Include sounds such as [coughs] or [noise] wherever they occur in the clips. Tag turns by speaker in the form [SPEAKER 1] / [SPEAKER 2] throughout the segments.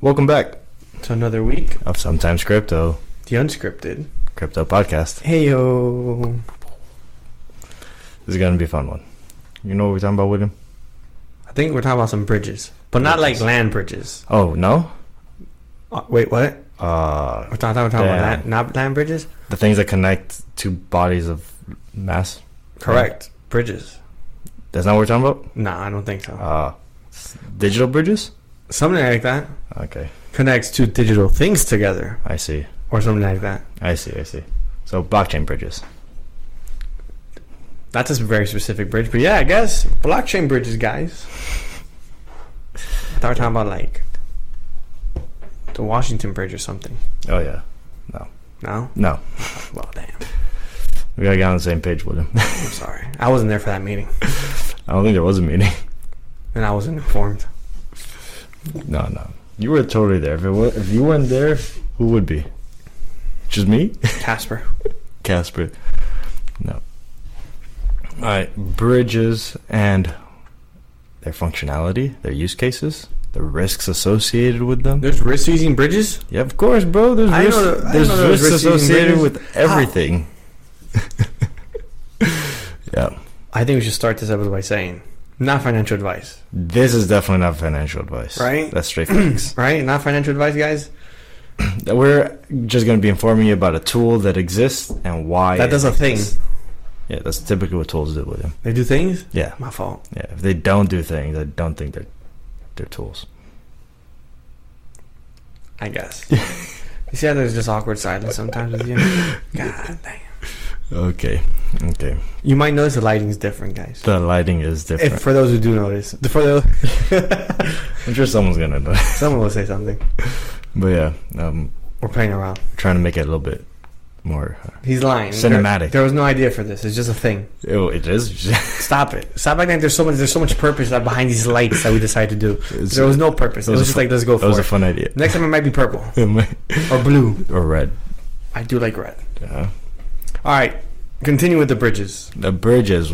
[SPEAKER 1] Welcome back
[SPEAKER 2] It's another week.
[SPEAKER 1] of Sometimes Crypto,
[SPEAKER 2] The unscripted.
[SPEAKER 1] Crypto Podcast.
[SPEAKER 2] Hey yo.
[SPEAKER 1] This is going to be a fun one. You know what we're talking about, William?
[SPEAKER 2] I think we're talking about some bridges, but not like land bridges.
[SPEAKER 1] Oh, no?
[SPEAKER 2] Uh, wait, what?
[SPEAKER 1] Uh,
[SPEAKER 2] We're talking, we're talking about
[SPEAKER 1] Yeah.
[SPEAKER 2] land, not land bridges.
[SPEAKER 1] the things that connect two bodies of mass.
[SPEAKER 2] Correct. Bridges.
[SPEAKER 1] That's not what we're talking
[SPEAKER 2] Nah, I don't think so.
[SPEAKER 1] about? Uh, s- digital bridges?
[SPEAKER 2] something like that
[SPEAKER 1] Okay,
[SPEAKER 2] connects two digital things together,
[SPEAKER 1] I see.
[SPEAKER 2] or something like that.
[SPEAKER 1] I see, I see. So blockchain bridges.
[SPEAKER 2] That's a very specific bridge, but yeah, I guess blockchain bridges, guys. I thought we were talking about like the Washington Bridge or something.
[SPEAKER 1] Oh, yeah.
[SPEAKER 2] No.
[SPEAKER 1] No,
[SPEAKER 2] Well, damn.
[SPEAKER 1] we got to get on the same page, William. [laughs]
[SPEAKER 2] I'm sorry. I wasn't there for that meeting,
[SPEAKER 1] I don't think there was a meeting. [laughs]
[SPEAKER 2] and I wasn't informed.
[SPEAKER 1] No, no. You were totally there. If, it was, if you weren't there, who would be? Just me?
[SPEAKER 2] Casper.
[SPEAKER 1] Casper. No. Alright, bridges and their functionality, their use cases, the risks associated with them.
[SPEAKER 2] There's risk using bridges?
[SPEAKER 1] Yeah, of course, bro. There's
[SPEAKER 2] I know
[SPEAKER 1] risks,
[SPEAKER 2] that- I
[SPEAKER 1] there's
[SPEAKER 2] know there's
[SPEAKER 1] risks
[SPEAKER 2] risks using
[SPEAKER 1] associated
[SPEAKER 2] bridges.
[SPEAKER 1] with everything. [laughs] yeah.
[SPEAKER 2] I think we should start this episode by saying not financial advice,
[SPEAKER 1] This is definitely not financial advice.
[SPEAKER 2] Right?
[SPEAKER 1] That's straight [clears throat] facts.
[SPEAKER 2] [clears throat] right? Not financial advice, guys.
[SPEAKER 1] We're just going to be informing you about a tool that exists and why.
[SPEAKER 2] that
[SPEAKER 1] it
[SPEAKER 2] does a thing.
[SPEAKER 1] exists. Yeah, that's typically what tools do with them.
[SPEAKER 2] They do things?
[SPEAKER 1] Yeah.
[SPEAKER 2] My fault.
[SPEAKER 1] Yeah, if they don't do things, I don't think they're they're tools.
[SPEAKER 2] I [laughs] guess. you see how there's just awkward silence sometimes with you? God damn.
[SPEAKER 1] Okay, okay.
[SPEAKER 2] You might notice the lighting's different, guys.
[SPEAKER 1] The lighting is different.
[SPEAKER 2] If for those who do notice, for those,
[SPEAKER 1] I'm sure someone's gonna know. [laughs]
[SPEAKER 2] someone will say something.
[SPEAKER 1] But yeah, um,
[SPEAKER 2] We're playing around.
[SPEAKER 1] trying to make it a little bit more. uh,
[SPEAKER 2] He's lying. There,
[SPEAKER 1] Cinematic.
[SPEAKER 2] there was no idea for this. It's just a thing.
[SPEAKER 1] Oh, it is. [laughs]
[SPEAKER 2] Stop it. Stop acting like there's so much. There's so much purpose that behind these lights that we decided to do.
[SPEAKER 1] It's-
[SPEAKER 2] There was no purpose. It
[SPEAKER 1] That
[SPEAKER 2] was
[SPEAKER 1] was a
[SPEAKER 2] just
[SPEAKER 1] fu-
[SPEAKER 2] like let's go
[SPEAKER 1] that was
[SPEAKER 2] for
[SPEAKER 1] a
[SPEAKER 2] it.
[SPEAKER 1] fun idea.
[SPEAKER 2] Next time it might be
[SPEAKER 1] [laughs]
[SPEAKER 2] purple
[SPEAKER 1] or
[SPEAKER 2] or blue.
[SPEAKER 1] red. uh-huh.
[SPEAKER 2] I do like red.
[SPEAKER 1] Yeah.
[SPEAKER 2] All right, continue with the bridges.
[SPEAKER 1] The bridge is.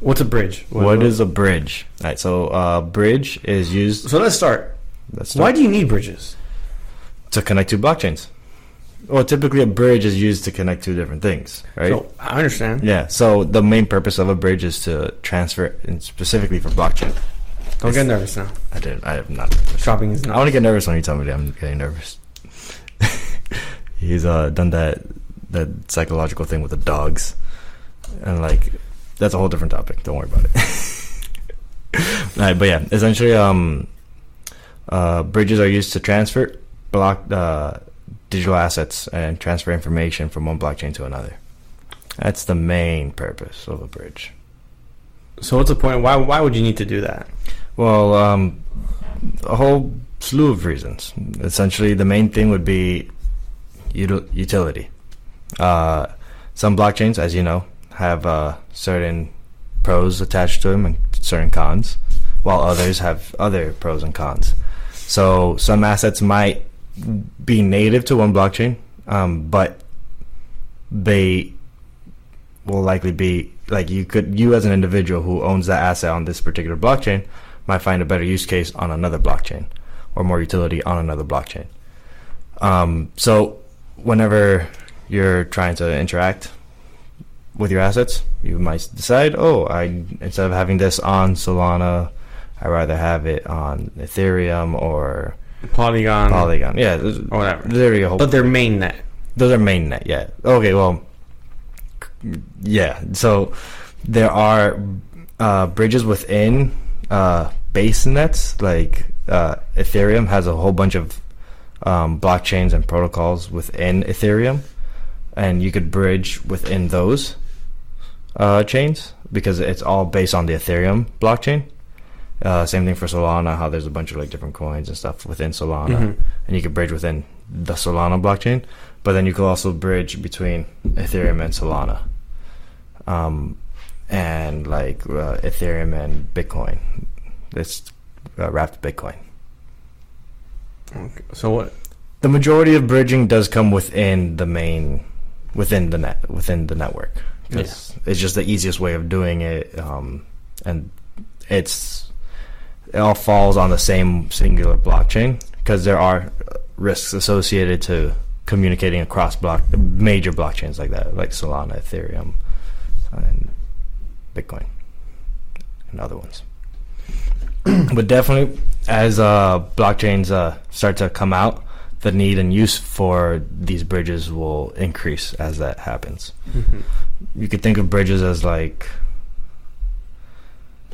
[SPEAKER 2] What's a bridge?
[SPEAKER 1] what is a bridge? All right. So, uh, bridge is used.
[SPEAKER 2] So let's start.
[SPEAKER 1] That's
[SPEAKER 2] Why do you need bridges?
[SPEAKER 1] to connect two blockchains. Well, typically a bridge is used to connect two different things, right?
[SPEAKER 2] So I understand.
[SPEAKER 1] Yeah. So the main purpose of a bridge is to transfer, and specifically for blockchain.
[SPEAKER 2] Don't get nervous now.
[SPEAKER 1] I did. I am not.
[SPEAKER 2] Shopping is
[SPEAKER 1] I
[SPEAKER 2] not.
[SPEAKER 1] want to get nervous when you tell me that I'm getting nervous. [laughs] He's uh done that that psychological thing with the dogs, and like that's a whole different topic. Don't worry about it. [laughs] All right, but yeah, essentially, um, uh, bridges are used to transfer block uh, digital assets and transfer information from one blockchain to another. That's the main purpose of a bridge.
[SPEAKER 2] So what's the point? Why Why would you need to do that?
[SPEAKER 1] Well, um, a whole slew of reasons. Essentially, the main thing would be util- utility. Uh, some blockchains, as you know, have uh, certain pros attached to them and certain cons, while others have other pros and cons. So some assets might be native to one blockchain, um, but they will likely be like you could you as an individual who owns that asset on this particular blockchain might find a better use case on another blockchain or more utility on another blockchain. Um, so whenever you're trying to interact with your assets, you might decide, oh, I instead of having this on Solana, I rather have it on Ethereum or
[SPEAKER 2] Polygon.
[SPEAKER 1] Polygon. Yeah, there's
[SPEAKER 2] Mm-hmm. Or whatever.
[SPEAKER 1] literally a whole.
[SPEAKER 2] But they're mainnet.
[SPEAKER 1] Those are mainnet, yeah. Okay, well, yeah. So there are uh, bridges within uh, base nets. Like uh, Ethereum has a whole bunch of um, blockchains and protocols within Ethereum, and you could bridge within those uh, chains because it's all based on the Ethereum blockchain. Uh, same thing for Solana, how there's a bunch of like different coins and stuff within Solana
[SPEAKER 2] Mhm.
[SPEAKER 1] and you could bridge within the Solana blockchain, but then you could also bridge between Ethereum and Solana, um, and like uh, Ethereum and Bitcoin. It's uh, wrapped Bitcoin.
[SPEAKER 2] So what?
[SPEAKER 1] The majority of bridging does come within the main, within the net, within the network. 'Cause It's just the easiest way of doing it, um, and it's it all falls on the same singular blockchain because there are uh, risks associated to communicating across block major blockchains like that, like Solana, Ethereum, and Bitcoin, and other ones. [clears throat] but definitely, as uh, blockchains uh, start to come out, the need and use for these bridges will increase as that happens. You could think of bridges as like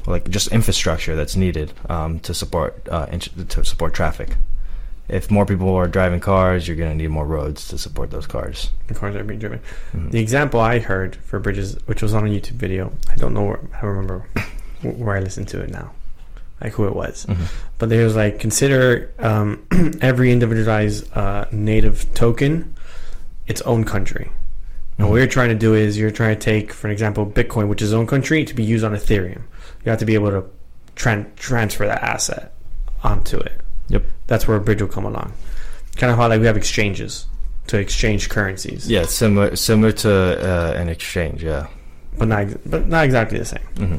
[SPEAKER 1] like just infrastructure that's needed um, to support uh, in- to support traffic. If more people are driving cars, you're going to need more roads to support those cars.
[SPEAKER 2] The cars are being driven.
[SPEAKER 1] Mhm.
[SPEAKER 2] The example I heard for bridges, which was on a YouTube video, I don't know where, I don't remember wh- where I listened to it now, like who it was.
[SPEAKER 1] Mhm.
[SPEAKER 2] But there was like, consider um, [clears throat] every individualized uh, native token its own country. And what
[SPEAKER 1] Mhm.
[SPEAKER 2] you're trying to do is you're trying to take, for example, Bitcoin, which is its own country, to be used on Ethereum. You have to be able to tran- transfer that asset onto it.
[SPEAKER 1] Yep.
[SPEAKER 2] That's where a bridge will come along. Kind of how like we have exchanges to exchange currencies.
[SPEAKER 1] Yeah, it's similar similar to uh, an exchange. Yeah.
[SPEAKER 2] but not ex- but not exactly the same.
[SPEAKER 1] hmm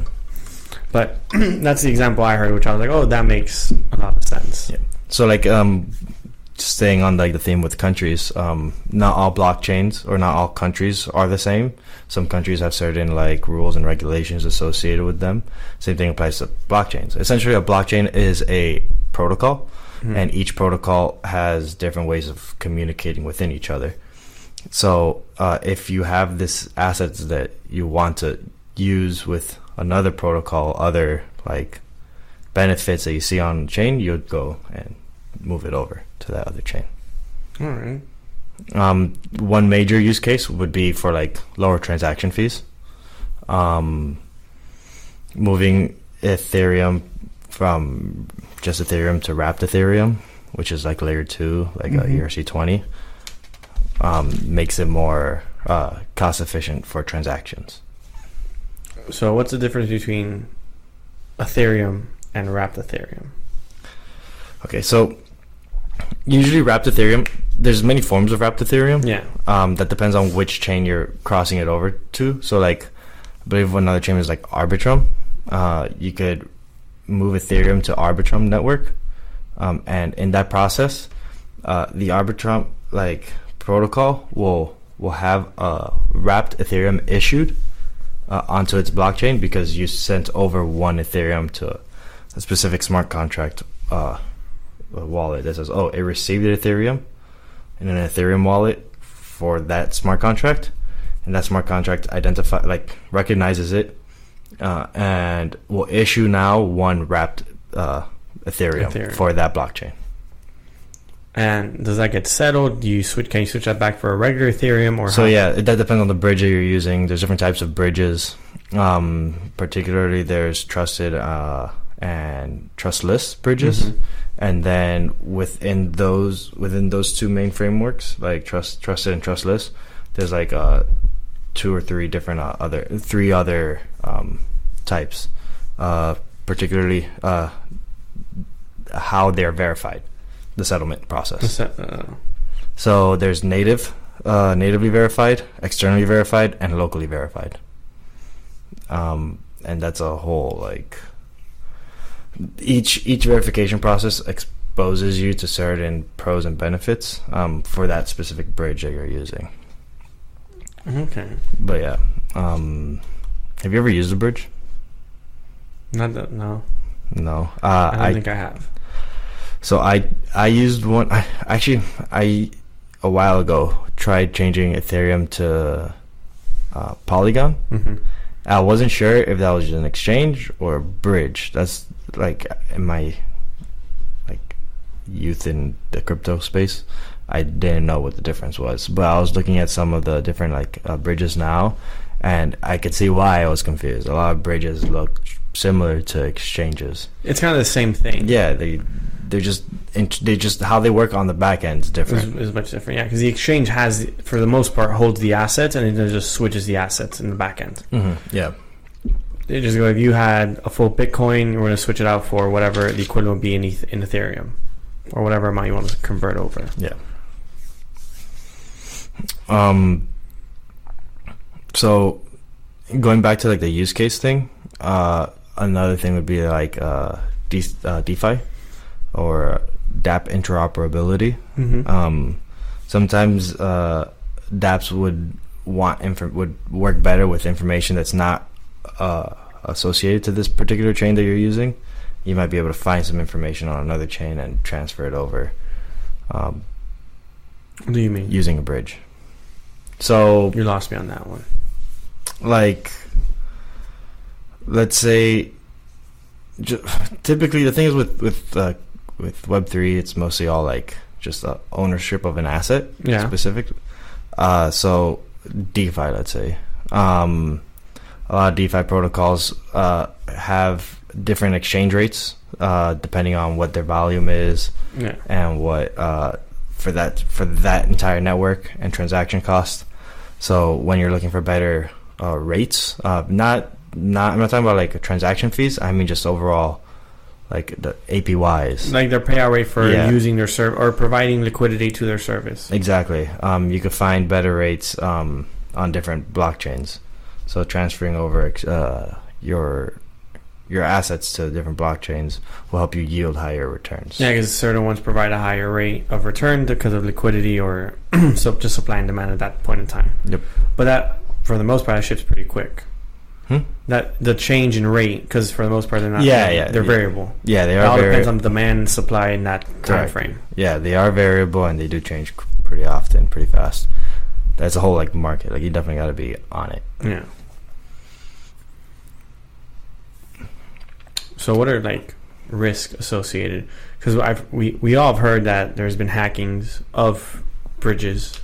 [SPEAKER 2] But [clears throat] that's the example I heard, which I was like, oh, that makes a lot of sense.
[SPEAKER 1] Yeah. So like um, staying on like the theme with countries, um, not all blockchains or not all countries are the same. Some countries have certain like rules and regulations associated with them. Same thing applies to blockchains. Essentially, a blockchain is a protocol.
[SPEAKER 2] Mhm.
[SPEAKER 1] and each protocol has different ways of communicating within each other. So uh, if you have this assets that you want to use with another protocol, other like benefits that you see on chain, you'd go and move it over to that other chain.
[SPEAKER 2] all right,
[SPEAKER 1] Um, one major use case would be for like lower transaction fees. Um, moving Ethereum from just Ethereum to wrapped Ethereum, which is like layer two, like a E
[SPEAKER 2] Mhm.
[SPEAKER 1] ERC20, um, makes it more uh, cost efficient for transactions.
[SPEAKER 2] so what's the difference between Ethereum and wrapped Ethereum?
[SPEAKER 1] Okay, so usually wrapped Ethereum, there's many forms of wrapped Ethereum.
[SPEAKER 2] Yeah,
[SPEAKER 1] Um, that depends on which chain you're crossing it over to. So, like, I believe another chain is like Arbitrum. Uh, you could move Ethereum to Arbitrum network, um, and in that process, uh, the Arbitrum like protocol will will have a wrapped Ethereum issued uh, onto its blockchain because you sent over one Ethereum to a specific smart contract uh, wallet that says, "Oh, it received an Ethereum in an Ethereum wallet for that smart contract, and that smart contract identify like recognizes it, uh, and will issue now one wrapped uh, Ethereum,
[SPEAKER 2] Ethereum.
[SPEAKER 1] for that blockchain.
[SPEAKER 2] and does that get settled? Do you switch? Can you switch that back for a regular Ethereum or?
[SPEAKER 1] so
[SPEAKER 2] how-
[SPEAKER 1] yeah, it- that depends on the bridge that you're using. There's different types of bridges. Um, particularly, there's trusted uh, and trustless bridges.
[SPEAKER 2] Mhm.
[SPEAKER 1] and then within those within those two main frameworks like trust trusted and trustless there's like uh two or three different uh, other three other um types uh particularly uh how they're verified the settlement process
[SPEAKER 2] So, uh,
[SPEAKER 1] so there's native uh natively verified externally verified and locally verified um and that's a whole like each each verification process exposes you to certain pros and benefits um, for that specific bridge that you're using.
[SPEAKER 2] okay,
[SPEAKER 1] But yeah, um, have you ever used a bridge?
[SPEAKER 2] not that. No,
[SPEAKER 1] No, uh,
[SPEAKER 2] I don't
[SPEAKER 1] I,
[SPEAKER 2] think I have.
[SPEAKER 1] so I I used one. I actually I a while ago tried changing Ethereum to uh, Polygon.
[SPEAKER 2] hmm
[SPEAKER 1] I wasn't sure if that was just an exchange or a bridge. That's like in my like youth in the crypto space, I didn't know what the difference was. But I was looking at some of the different like uh, bridges now, and I could see why I was confused. A lot of bridges look similar to exchanges.
[SPEAKER 2] It's kind of the same thing.
[SPEAKER 1] Yeah, they they're just int- they just how they work on the back end is
[SPEAKER 2] Is,
[SPEAKER 1] different.
[SPEAKER 2] is much different, yeah, because the exchange has, for the most part, holds the assets and it then just switches the assets in the back end.
[SPEAKER 1] hmm Yeah.
[SPEAKER 2] They just go if you had a full Bitcoin, we're gonna switch it out for whatever the equivalent would be in, eth- in Ethereum, or whatever amount you want to convert over.
[SPEAKER 1] Um, so going back to like the use case thing, uh, another thing would be like uh, De- uh, DeFi or DAP interoperability.
[SPEAKER 2] Mm-hmm.
[SPEAKER 1] Um, sometimes uh, DApps would want inf- would work better with information that's not uh, associated to this particular chain that you're using. You might be able to find some information on another chain and transfer it over um,
[SPEAKER 2] what do you mean?
[SPEAKER 1] using a bridge. So,
[SPEAKER 2] You lost me on that one.
[SPEAKER 1] like, let's say, ju- typically the thing is with with uh, with Web three, it's mostly all like just the ownership of an asset.
[SPEAKER 2] Yeah.
[SPEAKER 1] specific. Uh, so DeFi, let's say, um, a lot of DeFi protocols uh, have different exchange rates uh, depending on what their volume is
[SPEAKER 2] Yeah.
[SPEAKER 1] and what uh, for that for that entire network and transaction cost. So when you're looking for better uh, rates, uh, not not I'm not talking about like transaction fees. I mean just overall, like the APYs.
[SPEAKER 2] Like their payout rate for
[SPEAKER 1] Yeah.
[SPEAKER 2] using their serv or providing liquidity to their service.
[SPEAKER 1] Exactly. Um, you could find better rates um, on different blockchains. So transferring over uh, your your assets to different blockchains will help you yield higher returns.
[SPEAKER 2] Yeah, because certain ones provide a higher rate of return because of liquidity or [clears throat] so just supply and demand at that point in time.
[SPEAKER 1] Yep.
[SPEAKER 2] But that, for the most part, that shifts pretty quick.
[SPEAKER 1] Hmm?
[SPEAKER 2] That the change in rate, because for the most part, they're not.
[SPEAKER 1] Yeah, yeah,
[SPEAKER 2] they're
[SPEAKER 1] yeah.
[SPEAKER 2] variable.
[SPEAKER 1] Yeah, they
[SPEAKER 2] It all
[SPEAKER 1] are
[SPEAKER 2] depends
[SPEAKER 1] vari-
[SPEAKER 2] on demand and supply in that time
[SPEAKER 1] Correct.
[SPEAKER 2] frame.
[SPEAKER 1] yeah, they are variable and they do change c- pretty often, pretty fast. That's a whole like market. Like you definitely got to be on it.
[SPEAKER 2] Yeah. So what are like risks associated? Because I've we we all have heard that there's been hackings of bridges.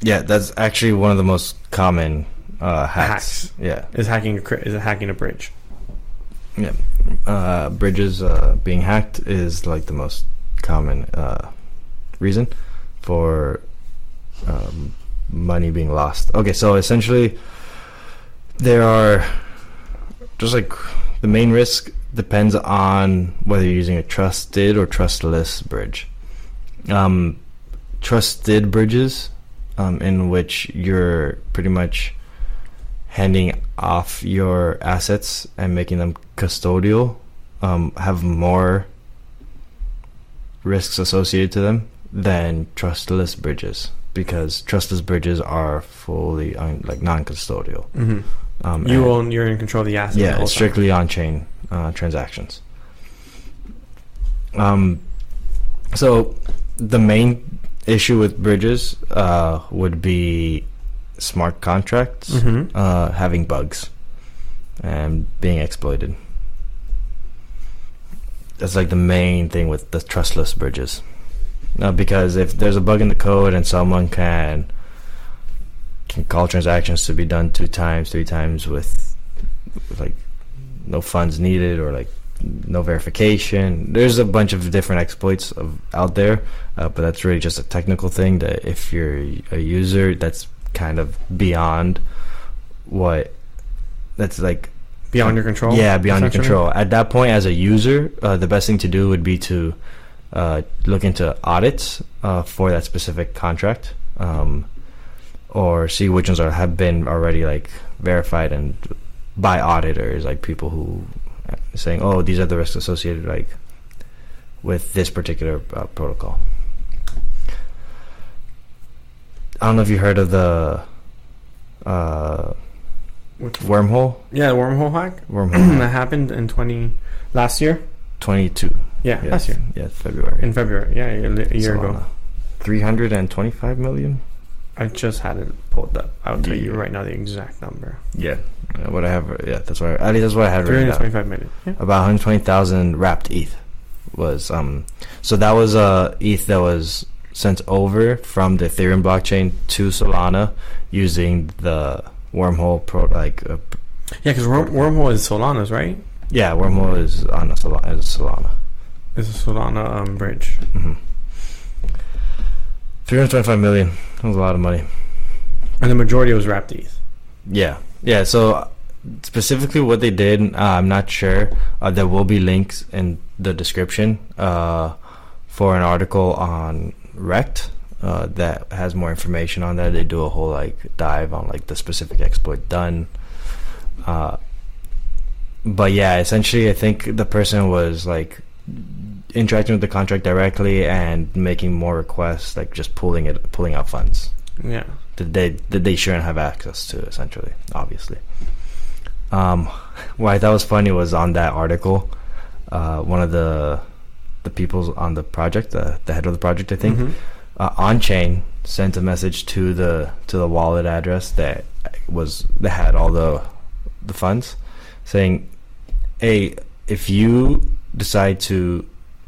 [SPEAKER 1] Yeah, that's actually one of the most common uh, hacks.
[SPEAKER 2] Hacks.
[SPEAKER 1] Yeah,
[SPEAKER 2] Is hacking a cri- is it hacking a bridge?
[SPEAKER 1] uh, bridges uh, being hacked is like the most common uh, reason for um, money being lost. Okay, so essentially, there are just like the main risk depends on whether you're using a trusted or trustless bridge. Um, trusted bridges, um, in which you're pretty much handing off your assets and making them custodial um, have more risks associated to them than trustless bridges because trustless bridges are fully um, like non-custodial.
[SPEAKER 2] Mm-hmm.
[SPEAKER 1] Um,
[SPEAKER 2] You
[SPEAKER 1] and-
[SPEAKER 2] own you're in control of the asset.
[SPEAKER 1] yeah, it's strictly on-chain uh, transactions. Um, so the main issue with bridges uh, would be smart contracts
[SPEAKER 2] Mm-hmm.
[SPEAKER 1] uh, having bugs and being exploited. That's like the main thing with the trustless bridges. Uh, because if there's a bug in the code and someone can can call transactions to be done two times, three times with, with like no funds needed or like no verification. There's a bunch of different exploits of, out there, uh, but that's really just a technical thing that if you're a user, that's kind of beyond what that's like
[SPEAKER 2] Beyond your control.
[SPEAKER 1] yeah beyond your
[SPEAKER 2] essentially?
[SPEAKER 1] control at that point as a user uh, the best thing to do would be to uh, look into audits uh, for that specific contract um, or see which ones are have been already like verified and by auditors like people who saying oh these are the risks associated like with this particular uh, protocol I don't know if you heard of the uh,
[SPEAKER 2] Which-
[SPEAKER 1] wormhole
[SPEAKER 2] Yeah, the wormhole hack [clears throat]
[SPEAKER 1] wormhole
[SPEAKER 2] that happened in twenty last year.
[SPEAKER 1] 22
[SPEAKER 2] Yeah,
[SPEAKER 1] yeah,
[SPEAKER 2] last year
[SPEAKER 1] yeah February uh,
[SPEAKER 2] in February. Yeah, a, li- a year ago.
[SPEAKER 1] 325 million
[SPEAKER 2] I just had it pulled up. I'll tell you
[SPEAKER 1] Yeah.
[SPEAKER 2] right now the exact number.
[SPEAKER 1] yeah Uh, what I have yeah that's what I, at least that's what I had
[SPEAKER 2] Three
[SPEAKER 1] written
[SPEAKER 2] hundred
[SPEAKER 1] down
[SPEAKER 2] twenty-five minutes. Yeah.
[SPEAKER 1] about 120,000 wrapped ETH was um so that was uh ETH that was sent over from the Ethereum blockchain to Solana using the wormhole pro like uh,
[SPEAKER 2] Yeah, because Worm- Wormhole is Solana's, right?
[SPEAKER 1] yeah wormhole is on a Solana, is Solana.
[SPEAKER 2] It's a Solana um, bridge.
[SPEAKER 1] hmm 325 million that was a lot of money
[SPEAKER 2] And the majority was wrapped ETH.
[SPEAKER 1] Yeah, yeah. So uh, specifically, what they did, uh, I'm not sure. Uh, there will be links in the description uh, for an article on Rect uh, that has more information on that. They do a whole like dive on like the specific exploit done. Uh, but yeah, essentially, I think the person was like interacting with the contract directly and making more requests, like just pulling it, pulling out funds
[SPEAKER 2] Yeah.
[SPEAKER 1] that they that they shouldn't have access to, essentially, obviously. Um, [laughs] what I thought was funny was on that article, uh, one of the the people on the project, the, the head of the project, I think,
[SPEAKER 2] Mhm.
[SPEAKER 1] uh, on chain sent a message to the to the wallet address that was that had all the the funds saying hey if you decide to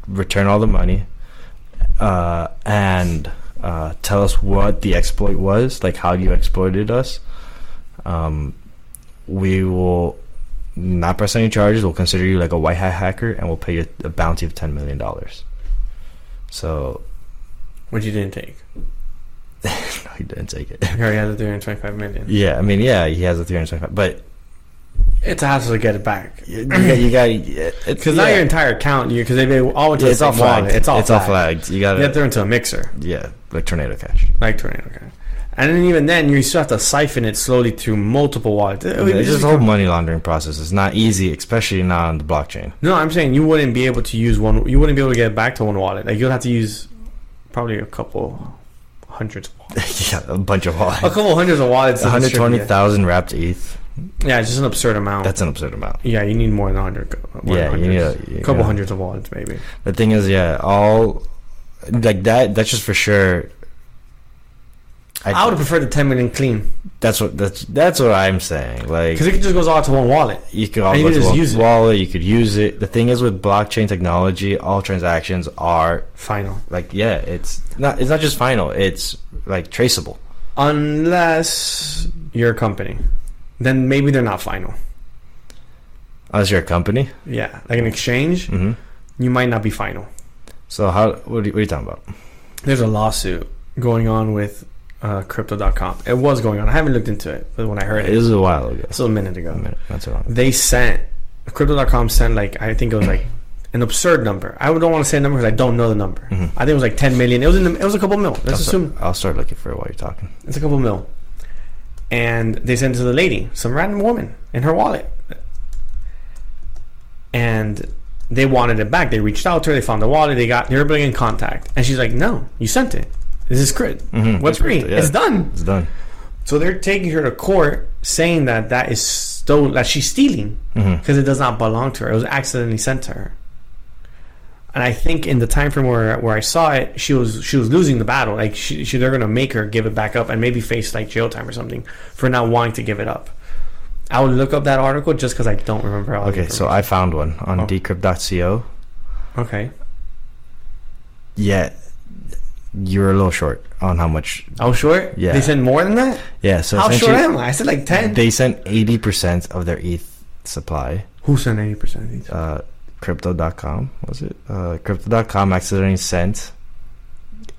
[SPEAKER 1] return all the money uh, and uh, tell us what the exploit was like how you exploited us um, we will not press any charges we'll consider you like a white hat hacker and we'll pay you a bounty of $10 million so
[SPEAKER 2] Which you didn't take.
[SPEAKER 1] no, he didn't take it
[SPEAKER 2] You already had the 325 million.
[SPEAKER 1] Yeah, I mean, yeah, he has a 325, but
[SPEAKER 2] It's a hassle to get it [clears throat] back.
[SPEAKER 1] you, you got
[SPEAKER 2] Because now your entire account, because they they all went to
[SPEAKER 1] yeah,
[SPEAKER 2] the
[SPEAKER 1] it's all
[SPEAKER 2] same wallet.
[SPEAKER 1] flagged.
[SPEAKER 2] It's all flagged.
[SPEAKER 1] You got
[SPEAKER 2] You have
[SPEAKER 1] to
[SPEAKER 2] to throw into a mixer,
[SPEAKER 1] yeah, like tornado cash.
[SPEAKER 2] like tornado. Okay. And then even then, you still have to siphon it slowly through multiple wallets. It would
[SPEAKER 1] it's
[SPEAKER 2] just
[SPEAKER 1] this whole money laundering process is not easy, especially not on the blockchain. [laughs]
[SPEAKER 2] No, I'm saying you wouldn't be able to use one. You wouldn't be able to get back to one wallet. Like you'll have to use probably a couple hundreds, of wallets.
[SPEAKER 1] yeah, a bunch of wallets.
[SPEAKER 2] a couple hundreds of wallets. doesn't strip
[SPEAKER 1] 120,000 wrapped ETH.
[SPEAKER 2] you. Yeah, it's just an absurd amount.
[SPEAKER 1] That's an absurd amount.
[SPEAKER 2] yeah, you need more than a hundred. more
[SPEAKER 1] Yeah,
[SPEAKER 2] than
[SPEAKER 1] you need
[SPEAKER 2] hundreds.
[SPEAKER 1] a- you
[SPEAKER 2] couple
[SPEAKER 1] know.
[SPEAKER 2] hundreds of wallets maybe.
[SPEAKER 1] The thing is, yeah, all like that. That's just for sure.
[SPEAKER 2] I, would have preferred the ten million clean
[SPEAKER 1] That's what that's that's what I'm saying. Like
[SPEAKER 2] because it just goes all to one wallet.
[SPEAKER 1] you could all
[SPEAKER 2] And you
[SPEAKER 1] go
[SPEAKER 2] could
[SPEAKER 1] to
[SPEAKER 2] just
[SPEAKER 1] a
[SPEAKER 2] use it.
[SPEAKER 1] wallet. You could use it. The thing is, with blockchain technology, all transactions are
[SPEAKER 2] Final,
[SPEAKER 1] like yeah, it's not it's not just final. It's like traceable.
[SPEAKER 2] unless you're a company, then maybe they're not final.
[SPEAKER 1] Unless you're a company.
[SPEAKER 2] Yeah, like an exchange,
[SPEAKER 1] hmm
[SPEAKER 2] you might not be final.
[SPEAKER 1] So how what are, you, what are you talking about?
[SPEAKER 2] There's a lawsuit going on with uh, crypto.com. It was going on. I haven't looked into it, but when I heard
[SPEAKER 1] This
[SPEAKER 2] it,
[SPEAKER 1] is a while ago.
[SPEAKER 2] this was a minute
[SPEAKER 1] A
[SPEAKER 2] ago.
[SPEAKER 1] minute, not so long.
[SPEAKER 2] They sent crypto.com sent like I think it was like an absurd number. I don't want to say a number because I don't know the number.
[SPEAKER 1] Mhm.
[SPEAKER 2] I think it was like 10 million. It was in the, it was a couple mil. Let's
[SPEAKER 1] I'll start-
[SPEAKER 2] assume
[SPEAKER 1] I'll start looking for it while you're talking.
[SPEAKER 2] it's a couple mil. And they sent it to the lady, some random woman in her wallet. And they wanted it back. They reached out to her. They found the wallet. They got everybody in contact. And she's like, "No, you sent it. This is crit.
[SPEAKER 1] Mhm.
[SPEAKER 2] What's
[SPEAKER 1] It's
[SPEAKER 2] green?
[SPEAKER 1] crypto, yeah.
[SPEAKER 2] It's done."
[SPEAKER 1] It's done.
[SPEAKER 2] So they're taking her to court, saying that that is stolen, that she's stealing
[SPEAKER 1] hmm
[SPEAKER 2] because it does not belong to her. It was accidentally sent to her. And I think in the time frame where where I saw it, she was she was losing the battle. Like she, she they're gonna make her give it back up and maybe face like jail time or something for not wanting to give it up. I would look up that article just because I don't remember. All the
[SPEAKER 1] Okay, so
[SPEAKER 2] information.
[SPEAKER 1] I found one on
[SPEAKER 2] Oh.
[SPEAKER 1] decrypt.co.
[SPEAKER 2] okay,
[SPEAKER 1] Yeah, you're a little short on how much.
[SPEAKER 2] I was short.
[SPEAKER 1] Yeah.
[SPEAKER 2] Oh, they sent more than that.
[SPEAKER 1] Yeah, so
[SPEAKER 2] How short
[SPEAKER 1] essentially
[SPEAKER 2] am I? I said like ten.
[SPEAKER 1] they sent 80% of their ETH supply.
[SPEAKER 2] Who sent eighty percent?
[SPEAKER 1] uh, crypto.com was it uh, crypto.com accidentally sent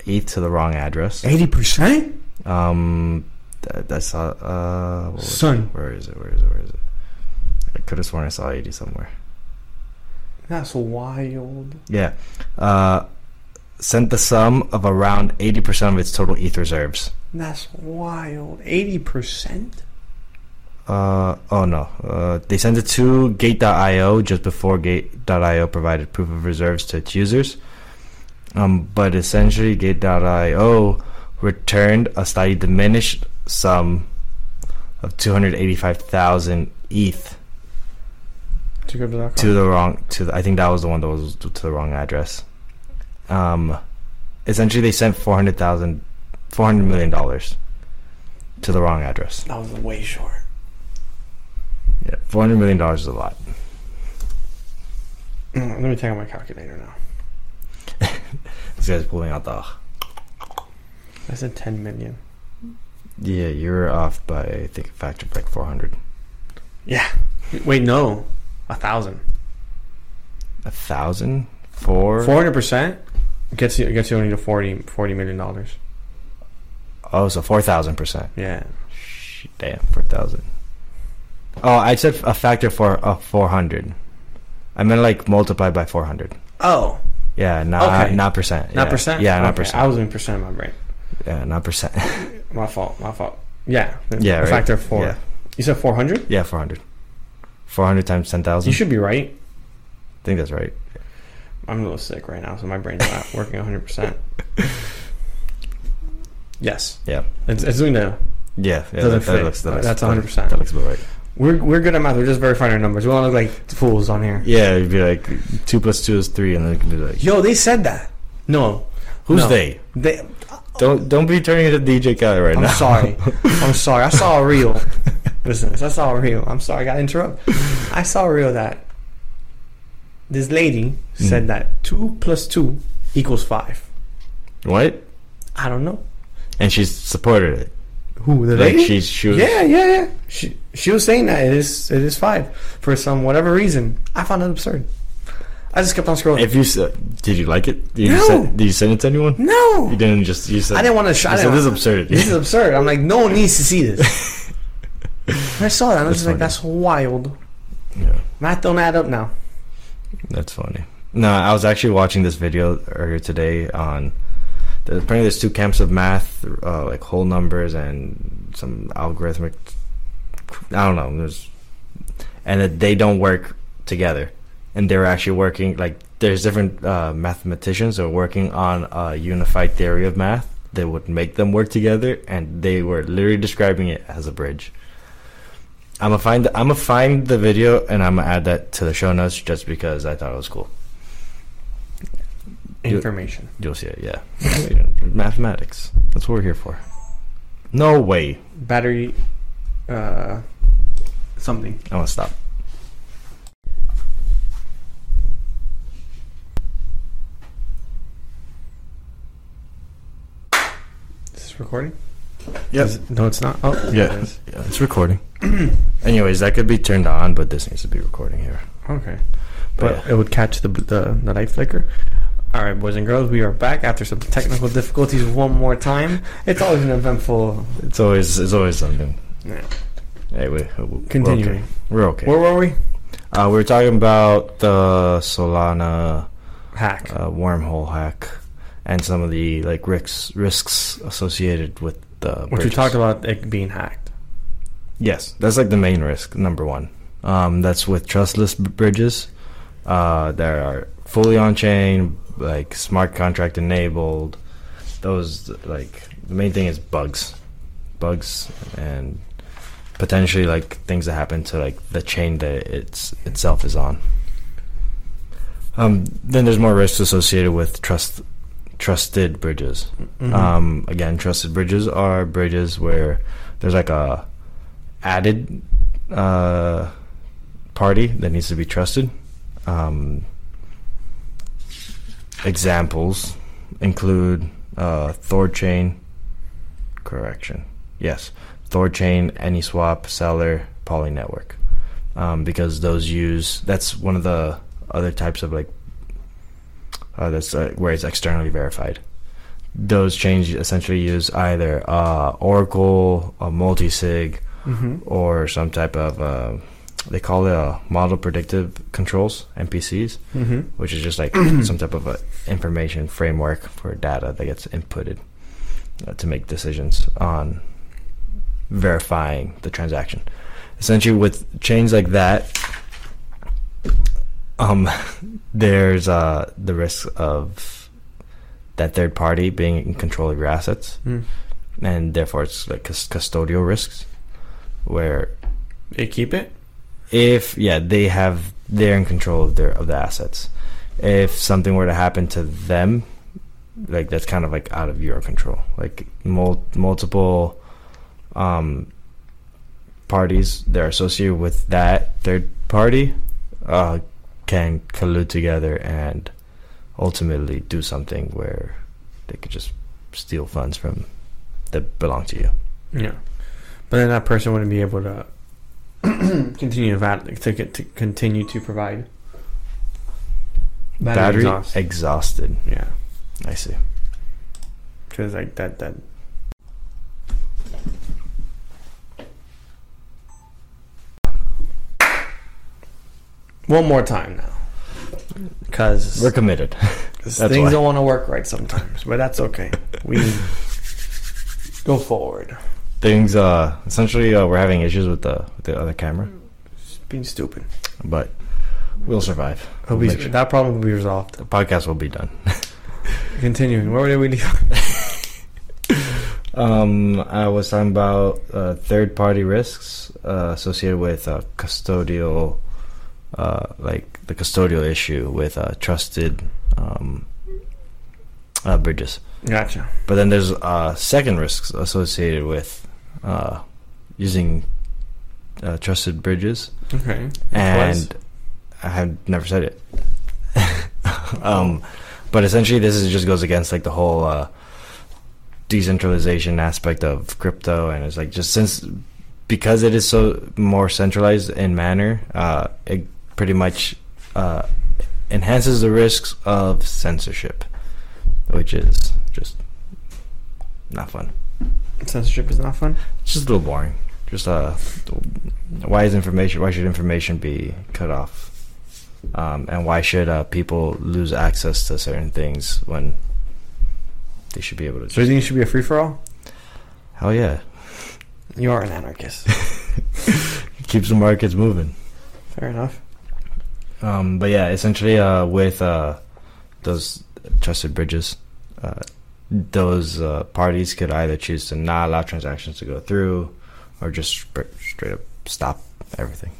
[SPEAKER 1] ETH to the wrong address
[SPEAKER 2] Eighty percent,
[SPEAKER 1] um that, that's uh what was it?
[SPEAKER 2] son.
[SPEAKER 1] where is it where is it where is it I could have sworn I saw 80 somewhere
[SPEAKER 2] That's wild.
[SPEAKER 1] yeah uh sent the sum of around 80% of its total ETH reserves
[SPEAKER 2] That's wild. Eighty percent.
[SPEAKER 1] uh oh no uh they sent it to gate.io just before gate.io provided proof of reserves to its users um but essentially gate.io returned a slightly diminished sum of 285,000 eth
[SPEAKER 2] To go to that.
[SPEAKER 1] E to the wrong to the, I think that was the one that was to the wrong address um essentially they sent 400,000 400 million dollars to the wrong address
[SPEAKER 2] That was way short.
[SPEAKER 1] yeah 400 million dollars is a lot
[SPEAKER 2] Mm, Let me take out my calculator now.
[SPEAKER 1] this guy's pulling out the
[SPEAKER 2] I said 10 million.
[SPEAKER 1] Yeah, you're off by I think a factor of like 400.
[SPEAKER 2] Wait, no. A thousand.
[SPEAKER 1] A thousand? Four?
[SPEAKER 2] 400% gets you, gets you only to 40, 40 million dollars.
[SPEAKER 1] Oh, so 4,000 percent.
[SPEAKER 2] Yeah.
[SPEAKER 1] Shit, Damn, 4,000. Oh, I said a factor for uh, 400. I meant like multiplied by 400.
[SPEAKER 2] Oh.
[SPEAKER 1] Yeah, not uh,
[SPEAKER 2] Okay.
[SPEAKER 1] not percent.
[SPEAKER 2] Not
[SPEAKER 1] yeah.
[SPEAKER 2] percent?
[SPEAKER 1] Yeah, not
[SPEAKER 2] Okay,
[SPEAKER 1] percent.
[SPEAKER 2] I was in percent in my brain.
[SPEAKER 1] yeah, not percent. [laughs]
[SPEAKER 2] My fault. My fault. Yeah.
[SPEAKER 1] Yeah,
[SPEAKER 2] A
[SPEAKER 1] right.
[SPEAKER 2] factor of four.
[SPEAKER 1] Yeah,
[SPEAKER 2] You said 400?
[SPEAKER 1] yeah, 400. 400 times
[SPEAKER 2] You
[SPEAKER 1] 10,000.
[SPEAKER 2] should be right.
[SPEAKER 1] I think that's right.
[SPEAKER 2] I'm a little sick right now, so my brain's not working
[SPEAKER 1] [laughs]
[SPEAKER 2] 100. percent Yes.
[SPEAKER 1] Yeah.
[SPEAKER 2] It's, it's doing that.
[SPEAKER 1] Yeah, yeah
[SPEAKER 2] Doesn't
[SPEAKER 1] that, that
[SPEAKER 2] fit.
[SPEAKER 1] looks that
[SPEAKER 2] Uh,
[SPEAKER 1] looks
[SPEAKER 2] that's
[SPEAKER 1] that-
[SPEAKER 2] 100%.
[SPEAKER 1] That looks about right.
[SPEAKER 2] We're we're good at math. We're just verifying our numbers. We don't look like fools on here.
[SPEAKER 1] Yeah, it'd be like two plus two is three, and then it can be like,
[SPEAKER 2] Yo, they said that. No,
[SPEAKER 1] who's
[SPEAKER 2] No.
[SPEAKER 1] they?
[SPEAKER 2] they.
[SPEAKER 1] Don't don't be turning into DJ Khaled right
[SPEAKER 2] I'm
[SPEAKER 1] now.
[SPEAKER 2] sorry. [laughs] I'm sorry. I saw a reel. Listeners, I saw a reel. I'm sorry. I got to interrupt. I saw a reel that this lady said
[SPEAKER 1] Mm.
[SPEAKER 2] that two plus two equals five.
[SPEAKER 1] What?
[SPEAKER 2] I don't know
[SPEAKER 1] And she supported it.
[SPEAKER 2] who the
[SPEAKER 1] Like
[SPEAKER 2] lady.
[SPEAKER 1] she's she was,
[SPEAKER 2] yeah, yeah, yeah. She she was saying that it is it is five for some whatever reason. I found it absurd. I just kept on scrolling.
[SPEAKER 1] If you said, did you like it? Did you,
[SPEAKER 2] No.
[SPEAKER 1] send, did you send it to anyone?
[SPEAKER 2] no,
[SPEAKER 1] You didn't just you said.
[SPEAKER 2] I didn't want to. Sh-
[SPEAKER 1] You
[SPEAKER 2] I
[SPEAKER 1] said
[SPEAKER 2] didn't
[SPEAKER 1] this is
[SPEAKER 2] wa-
[SPEAKER 1] absurd.
[SPEAKER 2] This is absurd. I'm like, no one needs to see this.
[SPEAKER 1] [laughs]
[SPEAKER 2] and I saw that. and I
[SPEAKER 1] That's
[SPEAKER 2] was just like,
[SPEAKER 1] funny.
[SPEAKER 2] that's wild.
[SPEAKER 1] yeah,
[SPEAKER 2] Math don't add up now.
[SPEAKER 1] that's funny. No, I was actually watching this video earlier today on. The, apparently, there's two camps of math, uh, like whole numbers and some algorithmic. I don't know. There's, and that they don't work together, and they're actually working like there's different uh, mathematicians who are working on a unified theory of math that would make them work together, and they were literally describing it as a bridge. I'm gonna find I'm gonna find the video and I'm gonna add that to the show notes just because I thought it was cool. You-
[SPEAKER 2] Information.
[SPEAKER 1] You'll see it, yeah. [laughs] Mathematics. That's what we're here for. No way.
[SPEAKER 2] Battery. Uh, something.
[SPEAKER 1] I'm gonna stop.
[SPEAKER 2] Is this recording?
[SPEAKER 1] Yep.
[SPEAKER 2] Is it- No, it's not. Oh, there
[SPEAKER 1] Yeah.
[SPEAKER 2] it is.
[SPEAKER 1] Yeah, it's recording. [clears throat] Anyways, that could be turned on, but this needs to be recording here.
[SPEAKER 2] Okay. But
[SPEAKER 1] But
[SPEAKER 2] it would catch the, the the light flicker. All right, boys and girls, we are back after some technical difficulties one more time. It's always an eventful.
[SPEAKER 1] yeah, it's always it's always something.
[SPEAKER 2] Yeah.
[SPEAKER 1] Hey, we, we-
[SPEAKER 2] Continuing.
[SPEAKER 1] We're okay. We're
[SPEAKER 2] Where
[SPEAKER 1] okay.
[SPEAKER 2] were we?
[SPEAKER 1] Uh, we were talking about the Solana
[SPEAKER 2] Hack.
[SPEAKER 1] uh, wormhole hack and some of the like risks risks associated with the.
[SPEAKER 2] What you
[SPEAKER 1] bridges.
[SPEAKER 2] talked about it being hacked.
[SPEAKER 1] Yes, that's like the main risk, number one. Um, that's with trustless b- bridges. Uh, that are fully on chain, like smart contract enabled. Those like the main thing is bugs, bugs, and potentially like things that happen to like the chain that it's itself is on. Um, then there's more risks associated with trust trusted bridges.
[SPEAKER 2] Mhm.
[SPEAKER 1] Um, again, trusted bridges are bridges where there's like a added uh, party that needs to be trusted. Um, examples include uh, Thorchain, correction, yes, Thorchain, AnySwap, Seller, Poly Network, um, because those use that's one of the other types of like uh, that's uh, where it's externally verified those chains essentially use either uh, Oracle, a multisig,
[SPEAKER 2] Mhm.
[SPEAKER 1] or some type of uh, they call it a model predictive controls (MPCs),
[SPEAKER 2] Mhm.
[SPEAKER 1] which is just like some type of a information framework for data that gets inputted uh, to make decisions on verifying the transaction. Essentially, with chains like that, um, [laughs] there's uh, the risk of that third party being in control of your assets,
[SPEAKER 2] Mm.
[SPEAKER 1] and therefore it's like cus- custodial risks, where
[SPEAKER 2] They keep it.
[SPEAKER 1] if yeah they have they're in control of their of the assets if something were to happen to them like that's kind of like out of your control like mul- multiple um parties that are associated with that third party uh can collude together and ultimately do something where they could just steal funds from that belong to you
[SPEAKER 2] Yeah, but then that person wouldn't be able to [clears throat] continue to, val- to, get, to continue to provide
[SPEAKER 1] battery,
[SPEAKER 2] exhaust.
[SPEAKER 1] exhausted
[SPEAKER 2] yeah,
[SPEAKER 1] i see
[SPEAKER 2] because like that that. One more time now, because
[SPEAKER 1] we're committed That's
[SPEAKER 2] things
[SPEAKER 1] why.
[SPEAKER 2] don't want to work right sometimes, but that's okay.
[SPEAKER 1] [laughs]
[SPEAKER 2] We go forward.
[SPEAKER 1] things uh essentially uh, we're having issues with the with the other camera
[SPEAKER 2] It's being stupid.
[SPEAKER 1] but We'll survive.
[SPEAKER 2] It'll be-
[SPEAKER 1] Make sure.
[SPEAKER 2] That problem will be resolved.
[SPEAKER 1] The podcast will be done.
[SPEAKER 2] Continuing. Where did we leave?
[SPEAKER 1] Um, I was talking about uh, third-party risks uh, associated with uh, custodial, uh, like the custodial issue with uh, trusted um, uh, bridges.
[SPEAKER 2] Gotcha.
[SPEAKER 1] But then there's uh, second risks associated with uh, using uh, trusted bridges,
[SPEAKER 2] Okay.
[SPEAKER 1] and I have never said it. [laughs] um, but essentially, this is just goes against like the whole uh, decentralization aspect of crypto, and it's like just since because it is so more centralized in manner, uh, it pretty much uh, enhances the risks of censorship, which is just not fun.
[SPEAKER 2] censorship is not fun.
[SPEAKER 1] It's just a little boring. Just uh, why is information? Why should information be cut off? Um, and why should uh, people lose access to certain things when they should be able to?
[SPEAKER 2] So you think it should be a free for all?
[SPEAKER 1] Hell yeah,
[SPEAKER 2] You are an [laughs] anarchist.
[SPEAKER 1] keeps the markets moving.
[SPEAKER 2] Fair enough.
[SPEAKER 1] Um, but yeah, essentially uh, with uh, those trusted bridges, uh, those uh, parties could either choose to not allow transactions to go through, or just sp- straight up stop everything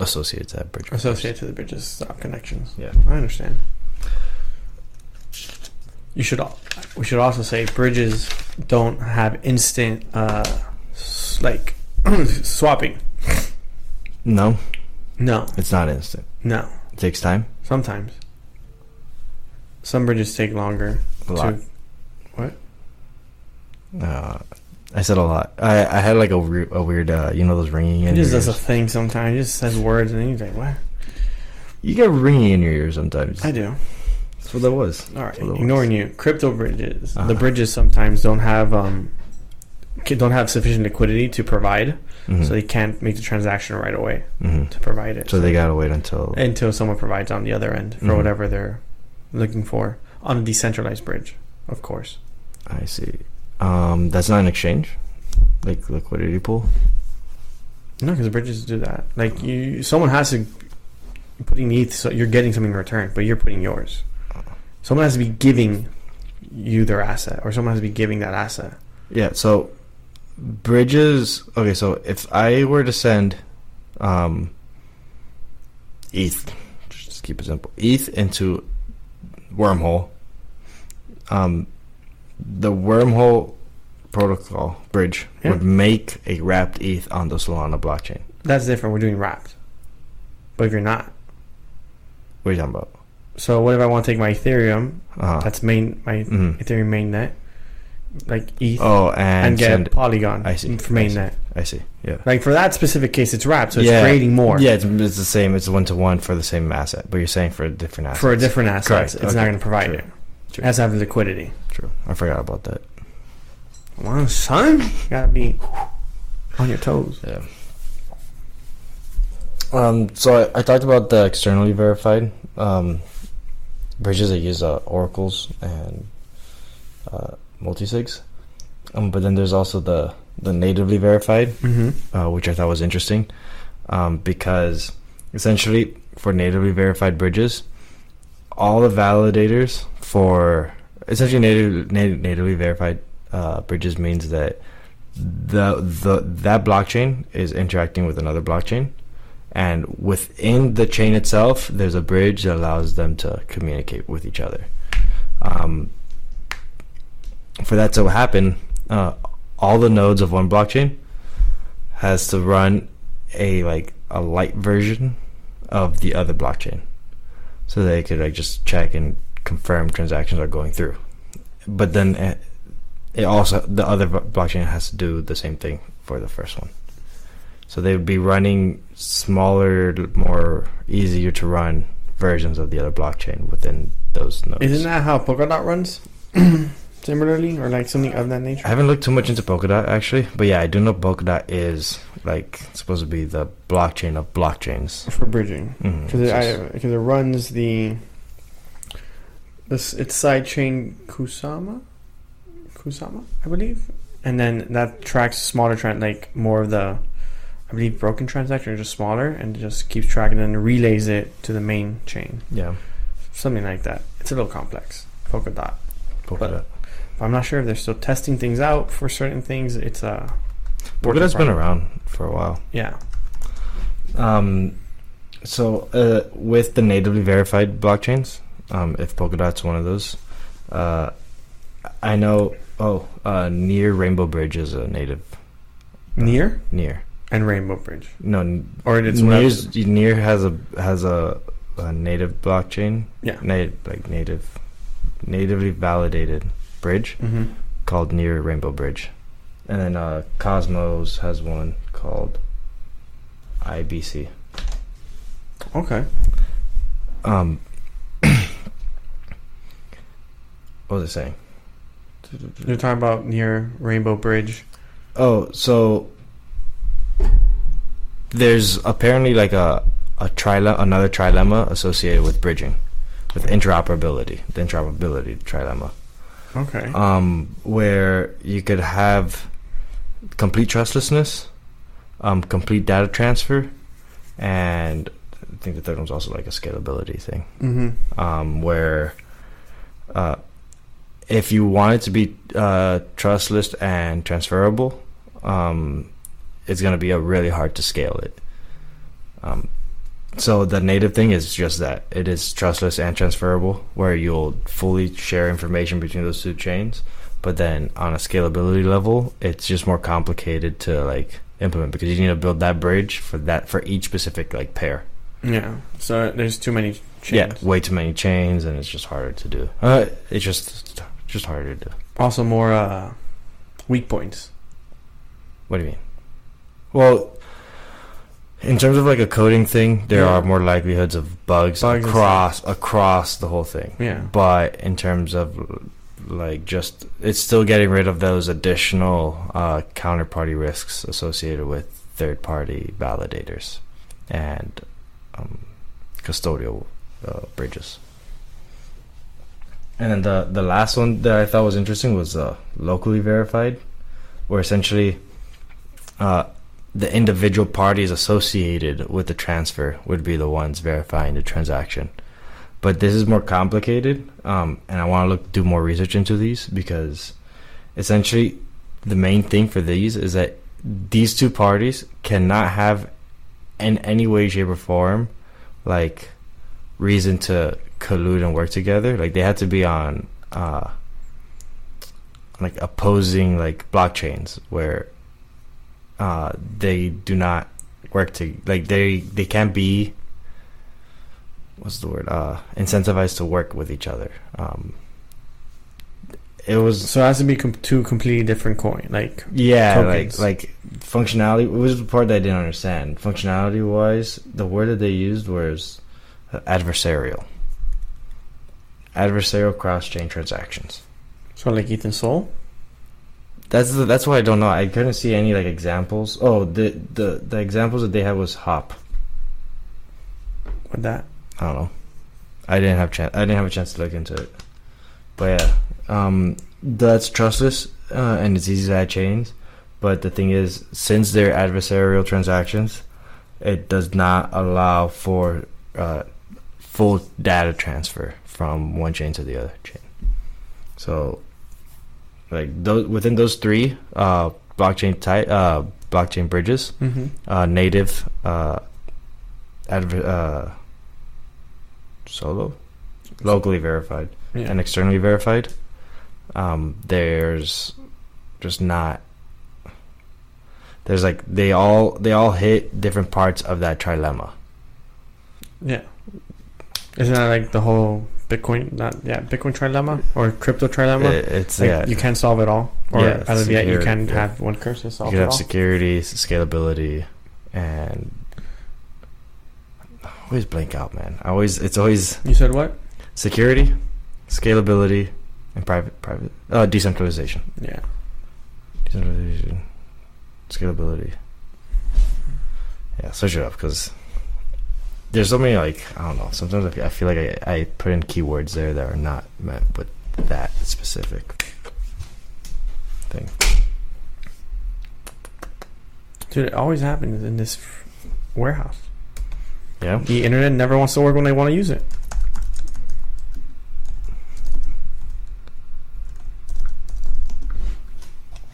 [SPEAKER 1] associated to that bridge.
[SPEAKER 2] Associate to the bridges, stop connections.
[SPEAKER 1] Yeah.
[SPEAKER 2] I understand. You should. al- We should also say bridges don't have instant, uh, s- like [clears throat] swapping.
[SPEAKER 1] No,
[SPEAKER 2] No,
[SPEAKER 1] it's not instant.
[SPEAKER 2] no.
[SPEAKER 1] It takes time.
[SPEAKER 2] Sometimes. Some bridges take longer.
[SPEAKER 1] A lot.
[SPEAKER 2] To,
[SPEAKER 1] Uh, I said a lot. I, I had like a, re- a weird, uh, you know, those ringing
[SPEAKER 2] it
[SPEAKER 1] in your
[SPEAKER 2] just does
[SPEAKER 1] ears.
[SPEAKER 2] a thing sometimes. It just says words and then you're like, what?
[SPEAKER 1] you get ringing in your ears sometimes.
[SPEAKER 2] I do.
[SPEAKER 1] That's what that was.
[SPEAKER 2] All right,
[SPEAKER 1] Well, it
[SPEAKER 2] ignoring you. Crypto bridges.
[SPEAKER 1] Uh-huh.
[SPEAKER 2] The bridges sometimes don't have um, ca- don't have sufficient liquidity to provide,
[SPEAKER 1] Mhm.
[SPEAKER 2] so they can't make the transaction right away
[SPEAKER 1] Mhm.
[SPEAKER 2] to provide it.
[SPEAKER 1] So they gotta wait until.
[SPEAKER 2] until someone provides on the other end for
[SPEAKER 1] Mhm.
[SPEAKER 2] whatever they're looking for on a decentralized bridge, of course.
[SPEAKER 1] I see. Um, that's not an exchange, like liquidity pool.
[SPEAKER 2] No, because bridges do that. Like you, someone has to putting the ETH, so you're getting something in return, but you're putting yours. Someone has to be giving you their asset, or someone has to be giving that asset.
[SPEAKER 1] Yeah. So bridges. Okay. So if I were to send, um, ETH, just keep it simple, ETH into wormhole. Um, the wormhole protocol bridge
[SPEAKER 2] Yeah.
[SPEAKER 1] would make a wrapped ETH on the Solana blockchain.
[SPEAKER 2] That's different. We're doing wrapped. But if you're not,
[SPEAKER 1] What are you talking about?
[SPEAKER 2] so what if I want to take my Ethereum?
[SPEAKER 1] Uh,
[SPEAKER 2] That's main my
[SPEAKER 1] mhm.
[SPEAKER 2] Ethereum mainnet, like ETH,
[SPEAKER 1] Oh, and,
[SPEAKER 2] and get
[SPEAKER 1] send.
[SPEAKER 2] Polygon
[SPEAKER 1] I see,
[SPEAKER 2] for
[SPEAKER 1] I see.
[SPEAKER 2] mainnet.
[SPEAKER 1] I see. Yeah.
[SPEAKER 2] Like for that specific case, it's wrapped, so
[SPEAKER 1] Yeah.
[SPEAKER 2] it's creating more
[SPEAKER 1] Yeah, it's, it's the same. It's one to one for the same asset, but you're saying for a different asset.
[SPEAKER 2] for a different asset.
[SPEAKER 1] Correct.
[SPEAKER 2] It's not
[SPEAKER 1] Okay.
[SPEAKER 2] going to provide
[SPEAKER 1] True.
[SPEAKER 2] it.
[SPEAKER 1] True.
[SPEAKER 2] It has to have the liquidity.
[SPEAKER 1] True. I forgot about that.
[SPEAKER 2] Well, son, gotta be on your toes.
[SPEAKER 1] Yeah. Um, so I, I talked about the externally verified um, bridges that use uh, oracles and uh, multisigs. Um, but then there's also the, the natively verified,
[SPEAKER 2] Mm-hmm.
[SPEAKER 1] uh, which I thought was interesting um, because essentially for natively verified bridges, all the validators for essentially native, native, natively verified uh, bridges means that the the that blockchain is interacting with another blockchain, and within the chain itself, there's a bridge that allows them to communicate with each other. Um, for that to happen, uh, all the nodes of one blockchain has to run a like a light version of the other blockchain, so they could like just check and confirm transactions are going through. But then eh, it also the other b- blockchain has to do the same thing for the first one. So they would be running smaller, more easier to run versions of the other blockchain within those nodes.
[SPEAKER 2] Isn't that how Polkadot runs? [clears throat] Similarly, or like something of that nature.
[SPEAKER 1] I haven't looked too much into Polkadot actually, but yeah, I do know Polkadot is like supposed to be the blockchain of blockchains.
[SPEAKER 2] for bridging
[SPEAKER 1] Mhm.
[SPEAKER 2] because it, I- 'cause it runs the this it's sidechain Kusama, Kusama, I believe, and then that tracks smaller trend like more of the I believe broken transactions are just smaller and it just keeps track and then relays it to the main chain.
[SPEAKER 1] Yeah.
[SPEAKER 2] Something like that. It's a little complex. Polkadot.
[SPEAKER 1] Polkadot.
[SPEAKER 2] But I'm not sure if they're still testing things out for certain things. It's a work in
[SPEAKER 1] Polkadot's been
[SPEAKER 2] progress.
[SPEAKER 1] around for a while.
[SPEAKER 2] Yeah.
[SPEAKER 1] Um, so uh, with the natively verified blockchains, um, if Polkadot's one of those, uh, I know. Oh, uh, near Rainbow Bridge is a native.
[SPEAKER 2] Near
[SPEAKER 1] Near
[SPEAKER 2] and Rainbow Bridge.
[SPEAKER 1] no, n-
[SPEAKER 2] Or it's
[SPEAKER 1] Near's, near has a has a, a native blockchain.
[SPEAKER 2] Yeah.
[SPEAKER 1] na- like native, natively validated bridge
[SPEAKER 2] hmm
[SPEAKER 1] called Near Rainbow Bridge, and then uh, Cosmos has one called IBC.
[SPEAKER 2] Okay.
[SPEAKER 1] Um, [coughs] what was I saying?
[SPEAKER 2] You're talking about near Rainbow Bridge.
[SPEAKER 1] Oh, so there's apparently like a a trile- another trilemma associated with bridging, with interoperability, the interoperability trilemma,
[SPEAKER 2] Okay.
[SPEAKER 1] um, where you could have complete trustlessness, um, complete data transfer, and I think the third one's also like a scalability thing.
[SPEAKER 2] mm-hmm.
[SPEAKER 1] um, where uh, if you want it to be uh, trustless and transferable, um, it's going to be a really hard to scale it. Um, so the native thing is just that it is trustless and transferable, where you'll fully share information between those two chains. But then on a scalability level, it's just more complicated to like implement because you need to build that bridge for that for each specific like pair.
[SPEAKER 2] Yeah. So uh, there's too many chains.
[SPEAKER 1] Yeah, way too many chains, and it's just harder to do. Uh, it's just just harder to do.
[SPEAKER 2] Also more uh, weak points.
[SPEAKER 1] What do you mean? Well, in terms of like a coding thing, there
[SPEAKER 2] Yeah.
[SPEAKER 1] are more likelihoods of bugs,
[SPEAKER 2] Bugs and
[SPEAKER 1] across across the whole thing.
[SPEAKER 2] Yeah.
[SPEAKER 1] But in terms of like just, it's still getting rid of those additional uh, counterparty risks associated with third party validators and um, custodial uh, bridges. And then the, the last one that I thought was interesting was uh, locally verified, where essentially uh, the individual parties associated with the transfer would be the ones verifying the transaction. But this is more complicated, um, and I want to look do more research into these because essentially the main thing for these is that these two parties cannot have in any way, shape, or form like reason to collude and work together. Like they had to be on uh, like opposing like blockchains where uh, they do not work to like they they can't be what's the word uh incentivized to work with each other um it was
[SPEAKER 2] So it has to be com- two completely different coin. Like
[SPEAKER 1] yeah
[SPEAKER 2] Tokens.
[SPEAKER 1] like like functionality it was the part that i didn't understand functionality wise the word that they used was uh, adversarial adversarial cross-chain transactions
[SPEAKER 2] so, like Ethan Soul.
[SPEAKER 1] That's the, that's why I don't know. I couldn't see any like examples. Oh, the the the examples that they had was hop.
[SPEAKER 2] With that.
[SPEAKER 1] I don't know. I didn't have chance. I didn't have a chance to look into it. But yeah, um, that's trustless uh, and it's easy to add chains. But the thing is, since they're adversarial transactions, it does not allow for uh, full data transfer from one chain to the other chain. So, like those within those three uh, blockchain type uh, blockchain bridges,
[SPEAKER 2] Mm-hmm.
[SPEAKER 1] uh, native uh, adver- uh, solo locally verified
[SPEAKER 2] Yeah.
[SPEAKER 1] and externally verified um, there's just not there's like they all they all hit different parts of that trilemma
[SPEAKER 2] yeah. Isn't that like the whole Bitcoin? Not yeah, Bitcoin trilemma or crypto trilemma.
[SPEAKER 1] It- it's
[SPEAKER 2] like
[SPEAKER 1] yeah
[SPEAKER 2] you can't solve it all, or
[SPEAKER 1] Yeah,
[SPEAKER 2] out of yet you
[SPEAKER 1] security,
[SPEAKER 2] can
[SPEAKER 1] yeah.
[SPEAKER 2] have one cursor
[SPEAKER 1] you
[SPEAKER 2] solve
[SPEAKER 1] could
[SPEAKER 2] it
[SPEAKER 1] have
[SPEAKER 2] all.
[SPEAKER 1] security s- scalability and I always blank out man I always it's always
[SPEAKER 2] you said what?
[SPEAKER 1] security, scalability, and private private uh, decentralization.
[SPEAKER 2] Yeah.
[SPEAKER 1] Decentralization, scalability. Yeah, search it up because there's so many like I don't know. Sometimes I feel, I feel like I, I put in keywords there that are not meant with that specific thing.
[SPEAKER 2] So Dude, it always happens in this warehouse.
[SPEAKER 1] Yeah.
[SPEAKER 2] The internet never wants to work when they want to use it.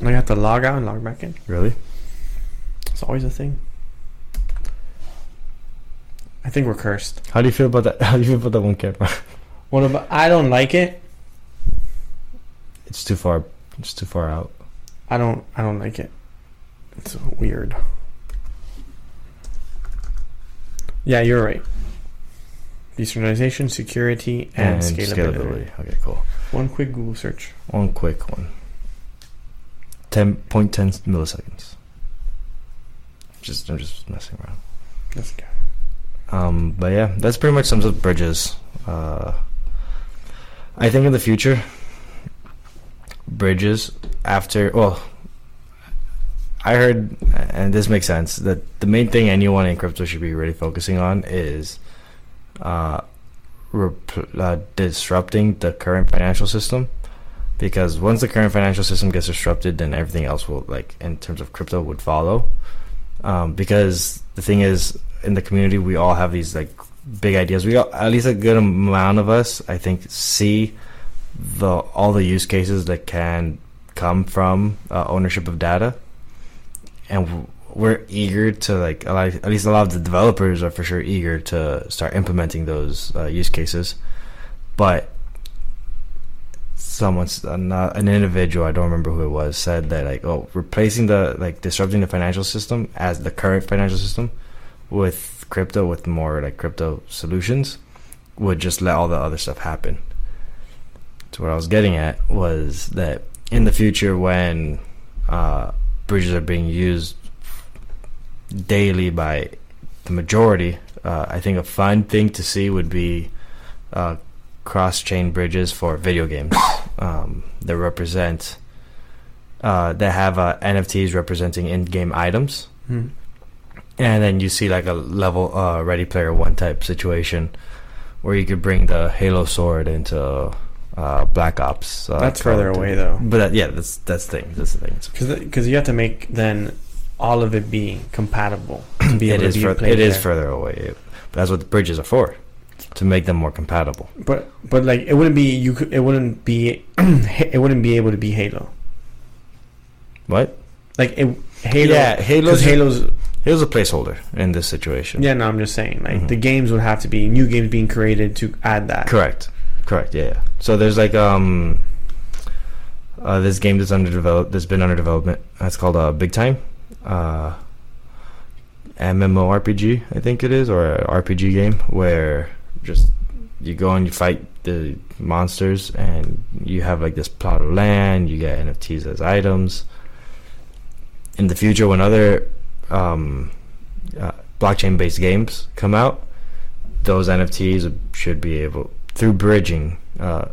[SPEAKER 2] I have to log out and log back in.
[SPEAKER 1] Really?
[SPEAKER 2] It's always a thing. I think we're cursed.
[SPEAKER 1] How do you feel about that? [laughs] How do you feel about that one camera?
[SPEAKER 2] What about? I don't like it.
[SPEAKER 1] It's too far. It's too far out.
[SPEAKER 2] I don't. I don't like it. It's weird. Yeah, you're right. Decentralization, security, and, scalability.
[SPEAKER 1] Okay, cool.
[SPEAKER 2] One quick Google search.
[SPEAKER 1] One quick one. Ten point ten milliseconds. Just I'm just messing around.
[SPEAKER 2] That's good.
[SPEAKER 1] Um, but yeah, that's pretty much sums up bridges. Uh, I think in the future, bridges after well, I heard, and this makes sense that the main thing anyone in crypto should be really focusing on is uh, rep- uh, disrupting the current financial system. Because once the current financial system gets disrupted, then everything else will, like in terms of crypto, would follow. Um, because the thing is, in the community we all have these like big ideas we all, at least a good amount of us i think see the all the use cases that can come from uh, ownership of data and w- we're eager to like a lot- at least a lot of the developers are for sure eager to start implementing those uh, use cases but someone's an, uh, an individual i don't remember who it was said that like oh replacing the like disrupting the financial system as the current financial system with crypto with more like crypto solutions would just let all the other stuff happen. So what I was getting at was that in the future when uh, bridges are being used daily by the majority, uh, I think a fun thing to see would be uh, cross-chain bridges for video games um, that represent uh, that have uh, NFTs representing in-game items
[SPEAKER 2] Hmm.
[SPEAKER 1] and then you see like a level uh, Ready Player One type situation where you could bring the Halo sword into uh, Black Ops. Uh,
[SPEAKER 2] That's
[SPEAKER 1] Call of
[SPEAKER 2] further
[SPEAKER 1] Duty.
[SPEAKER 2] away though.
[SPEAKER 1] But that, yeah, that's that's the thing. That's the thing. It's,
[SPEAKER 2] because you have to make then all of it be compatible to be
[SPEAKER 1] [clears throat] it
[SPEAKER 2] able
[SPEAKER 1] is
[SPEAKER 2] to be
[SPEAKER 1] fur-
[SPEAKER 2] played
[SPEAKER 1] it is
[SPEAKER 2] there.
[SPEAKER 1] further away. It- but that's what the bridges are for, to make them more compatible.
[SPEAKER 2] but but like it wouldn't be you could, it wouldn't be [clears throat] it wouldn't be able to be Halo
[SPEAKER 1] What?
[SPEAKER 2] like it Halo
[SPEAKER 1] yeah, Halo's
[SPEAKER 2] because Halo's
[SPEAKER 1] Halo's a placeholder in this situation.
[SPEAKER 2] yeah no I'm just saying like
[SPEAKER 1] Mhm.
[SPEAKER 2] the games would have to be new games being created to add that
[SPEAKER 1] Correct. Correct. Yeah. yeah. So there's like um, uh, this game that's under develop that's been under development. It's called uh, Big Time, uh, MMORPG I think it is, or a RPG game where just you go and you fight the monsters, and you have like this plot of land. You get NFTs as items. In the future, when other um, uh, blockchain-based games come out, those NFTs should be able through bridging uh,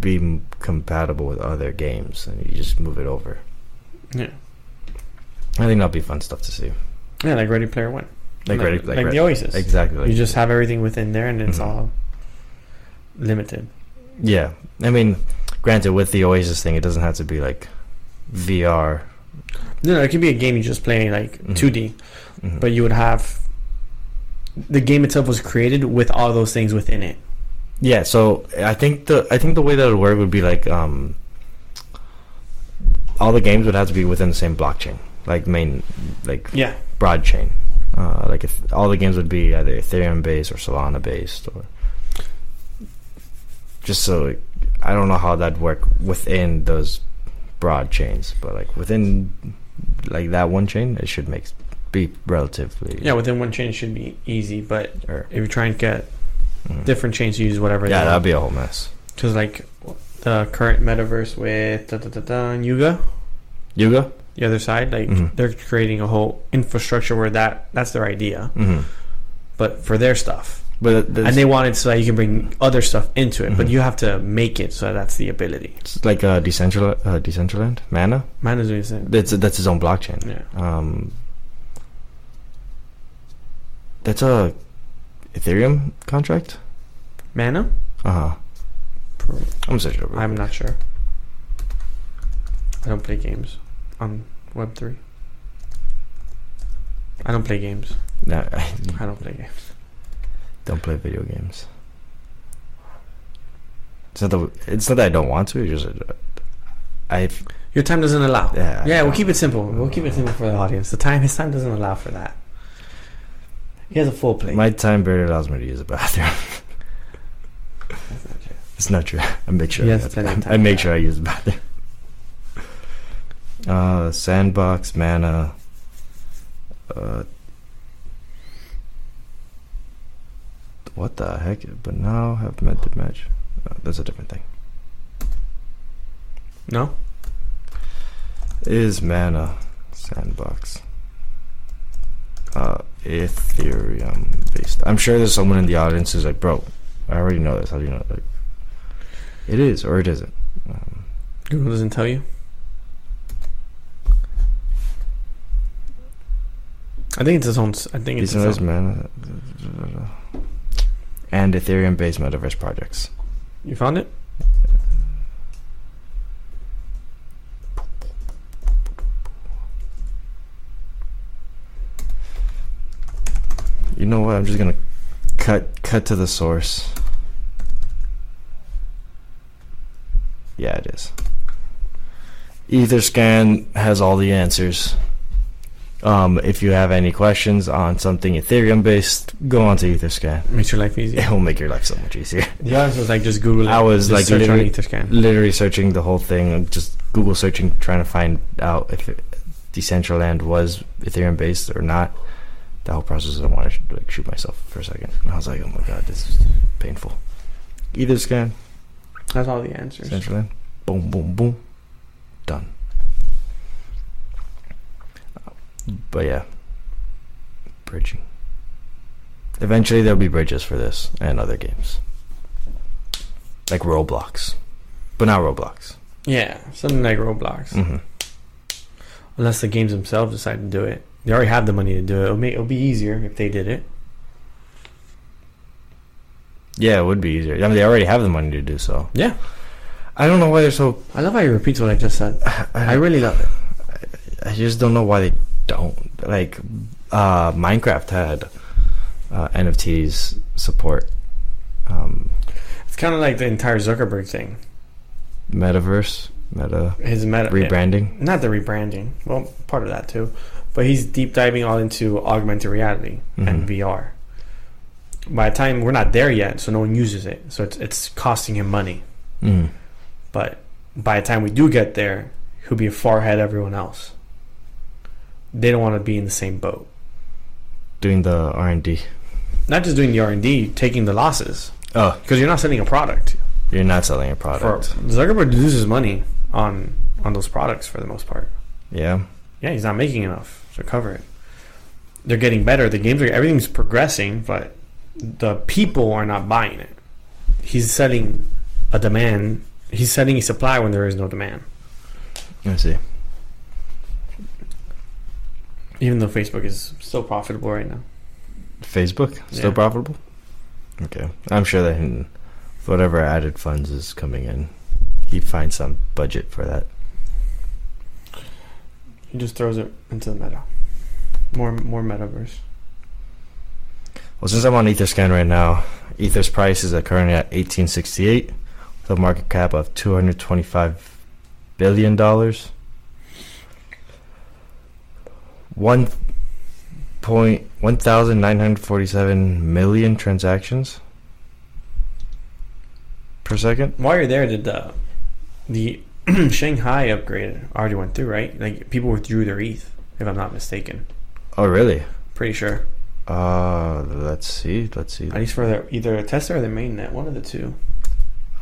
[SPEAKER 1] be m- compatible with other games, and you just move it over.
[SPEAKER 2] yeah
[SPEAKER 1] I think that'll be fun stuff to see.
[SPEAKER 2] yeah like Ready Player One
[SPEAKER 1] Like ready, like,
[SPEAKER 2] like
[SPEAKER 1] ready.
[SPEAKER 2] the Oasis
[SPEAKER 1] exactly. Like,
[SPEAKER 2] you just have everything within there and it's
[SPEAKER 1] Mhm.
[SPEAKER 2] all limited
[SPEAKER 1] yeah. I mean, granted, with the Oasis thing, it doesn't have to be like VR,
[SPEAKER 2] no no it could be a game you just play like
[SPEAKER 1] Mhm.
[SPEAKER 2] 2D
[SPEAKER 1] Mhm.
[SPEAKER 2] but you would have the game itself was created with all those things within it.
[SPEAKER 1] Yeah, so I think the I think the way that it would work would be like um, all the games would have to be within the same blockchain, like main, like
[SPEAKER 2] Yeah.
[SPEAKER 1] broad chain. Uh, like if all the games would be either Ethereum based or Solana based, or just so like, I don't know how that'd work within those broad chains, but like within like that one chain, it should make be relatively
[SPEAKER 2] Yeah, within one chain should be easy, but
[SPEAKER 1] Or,
[SPEAKER 2] if you try and get
[SPEAKER 1] mhm.
[SPEAKER 2] different chains, you use whatever.
[SPEAKER 1] yeah, that'd be a whole mess.
[SPEAKER 2] because like the current metaverse with da, da, da, da, and Yuga,
[SPEAKER 1] Yuga.
[SPEAKER 2] the other side, like
[SPEAKER 1] Mhm.
[SPEAKER 2] they're creating a whole infrastructure where that that's their idea,
[SPEAKER 1] Mm-hmm.
[SPEAKER 2] but for their stuff,
[SPEAKER 1] But there's-
[SPEAKER 2] and they want it so that you can bring other stuff into it, but
[SPEAKER 1] Mhm.
[SPEAKER 2] you have to make it so that's the ability.
[SPEAKER 1] It's like uh, Decentral, uh, Decentraland, Mana.
[SPEAKER 2] Mine is what you said.
[SPEAKER 1] That's that's his own blockchain.
[SPEAKER 2] Yeah.
[SPEAKER 1] Um, that's a Ethereum contract.
[SPEAKER 2] Mana?
[SPEAKER 1] Uh huh.
[SPEAKER 2] Pro-
[SPEAKER 1] I'm such a.
[SPEAKER 2] I'm not sure. I don't play games on Web3. I don't play games.
[SPEAKER 1] No, I
[SPEAKER 2] I don't play games.
[SPEAKER 1] [laughs] don't play video games. It's not that it's not that I don't want to. It's just I
[SPEAKER 2] Your time doesn't allow.
[SPEAKER 1] Yeah, I
[SPEAKER 2] yeah. We'll
[SPEAKER 1] don't-
[SPEAKER 2] keep it simple. We'll keep it simple for the audience. The time his time doesn't allow for that. He has a full plate.
[SPEAKER 1] my time barely allows me to use the bathroom. [laughs]
[SPEAKER 2] That's not true.
[SPEAKER 1] It's not true. I make sure.
[SPEAKER 2] Yes,
[SPEAKER 1] I,
[SPEAKER 2] it's an
[SPEAKER 1] I make sure I use the bathroom. Uh, sandbox mana. Uh, what the heck? But now have meant to match. Uh, that's a different thing.
[SPEAKER 2] No.
[SPEAKER 1] Is mana sandbox? Uh, Ethereum based. I'm sure there's someone in the audience who's like, bro, I already know this. How do you know? Like, it is or it isn't. Um,
[SPEAKER 2] Google doesn't tell you. I think it's his own. s- I think it's
[SPEAKER 1] These
[SPEAKER 2] his
[SPEAKER 1] are those
[SPEAKER 2] own.
[SPEAKER 1] man. And Ethereum based metaverse projects.
[SPEAKER 2] You found it?
[SPEAKER 1] You know what? I'm just gonna cut cut to the source. Yeah, it is. Etherscan has all the answers. Um, if you have any questions on something Ethereum based, go on to Etherscan.
[SPEAKER 2] Makes your life easy.
[SPEAKER 1] It will make your life so much easier.
[SPEAKER 2] The audience was like just Google. It.
[SPEAKER 1] I was,
[SPEAKER 2] Just
[SPEAKER 1] like,
[SPEAKER 2] search on
[SPEAKER 1] literally-
[SPEAKER 2] Etherscan.
[SPEAKER 1] literally searching the whole thing and just Google searching, trying to find out if it, Decentraland was Ethereum based or not. The whole process, I wanted to like shoot myself for a second. And I was like, oh my god, this is painful. Either scan,
[SPEAKER 2] That's all the answers.
[SPEAKER 1] Decentraland, boom, boom, boom, done. But yeah, bridging. Eventually, there'll be bridges for this and other games, like Roblox, but not Roblox.
[SPEAKER 2] Yeah, something like Roblox.
[SPEAKER 1] Mm-hmm.
[SPEAKER 2] Unless the games themselves decide to do it, they already have the money to do it. It'll, make, it'll be easier if they did it.
[SPEAKER 1] Yeah, it would be easier. I mean, they already have the money to do so.
[SPEAKER 2] Yeah,
[SPEAKER 1] I don't know why they're so. [sighs]
[SPEAKER 2] I love how you repeat what I just said. I
[SPEAKER 1] I,
[SPEAKER 2] really love it.
[SPEAKER 1] I just don't know why they don't. Like, uh, Minecraft had uh, NFTs support um,
[SPEAKER 2] It's kind of like the entire Zuckerberg thing.
[SPEAKER 1] metaverse, meta
[SPEAKER 2] His meta
[SPEAKER 1] rebranding.
[SPEAKER 2] not the rebranding. Well, part of that too, but he's deep diving all into augmented reality and
[SPEAKER 1] Mhm.
[SPEAKER 2] VR. By the time we're not there yet, so no one uses it, so it's it's costing him money.
[SPEAKER 1] Mm.
[SPEAKER 2] But by the time we do get there, he'll be far ahead of everyone else. They don't want to be in the same boat.
[SPEAKER 1] Doing the R and D.
[SPEAKER 2] Not just doing the R and D, taking the losses
[SPEAKER 1] Oh,
[SPEAKER 2] because you're not selling a product.
[SPEAKER 1] you're not selling a
[SPEAKER 2] For,
[SPEAKER 1] product.
[SPEAKER 2] Zuckerberg loses money on on those products for the most part.
[SPEAKER 1] yeah,
[SPEAKER 2] yeah, he's not making enough to cover it. They're getting better. The games are everything's progressing, but the people are not buying it. He's setting a demand. He's setting a supply when there is no demand.
[SPEAKER 1] I see.
[SPEAKER 2] Even though Facebook is so profitable right now.
[SPEAKER 1] Facebook still
[SPEAKER 2] Yeah.
[SPEAKER 1] profitable. Okay, I'm sure that he- whatever added funds is coming in, he finds some budget for that.
[SPEAKER 2] He just throws it into the meta. More more metaverse.
[SPEAKER 1] Well, since I'm on Etherscan right now, Ether's price is at currently at 1868, with a market cap of 225 billion dollars. One point one thousand nine hundred forty-seven million transactions per second.
[SPEAKER 2] While you're there, did the the [clears throat] Shanghai upgrade already went through, right? Like people withdrew their ETH, if I'm not mistaken.
[SPEAKER 1] Oh, really?
[SPEAKER 2] Pretty sure.
[SPEAKER 1] Uh, let's see. Let's see.
[SPEAKER 2] At least for the, either a Tesla or the mainnet, one of the two.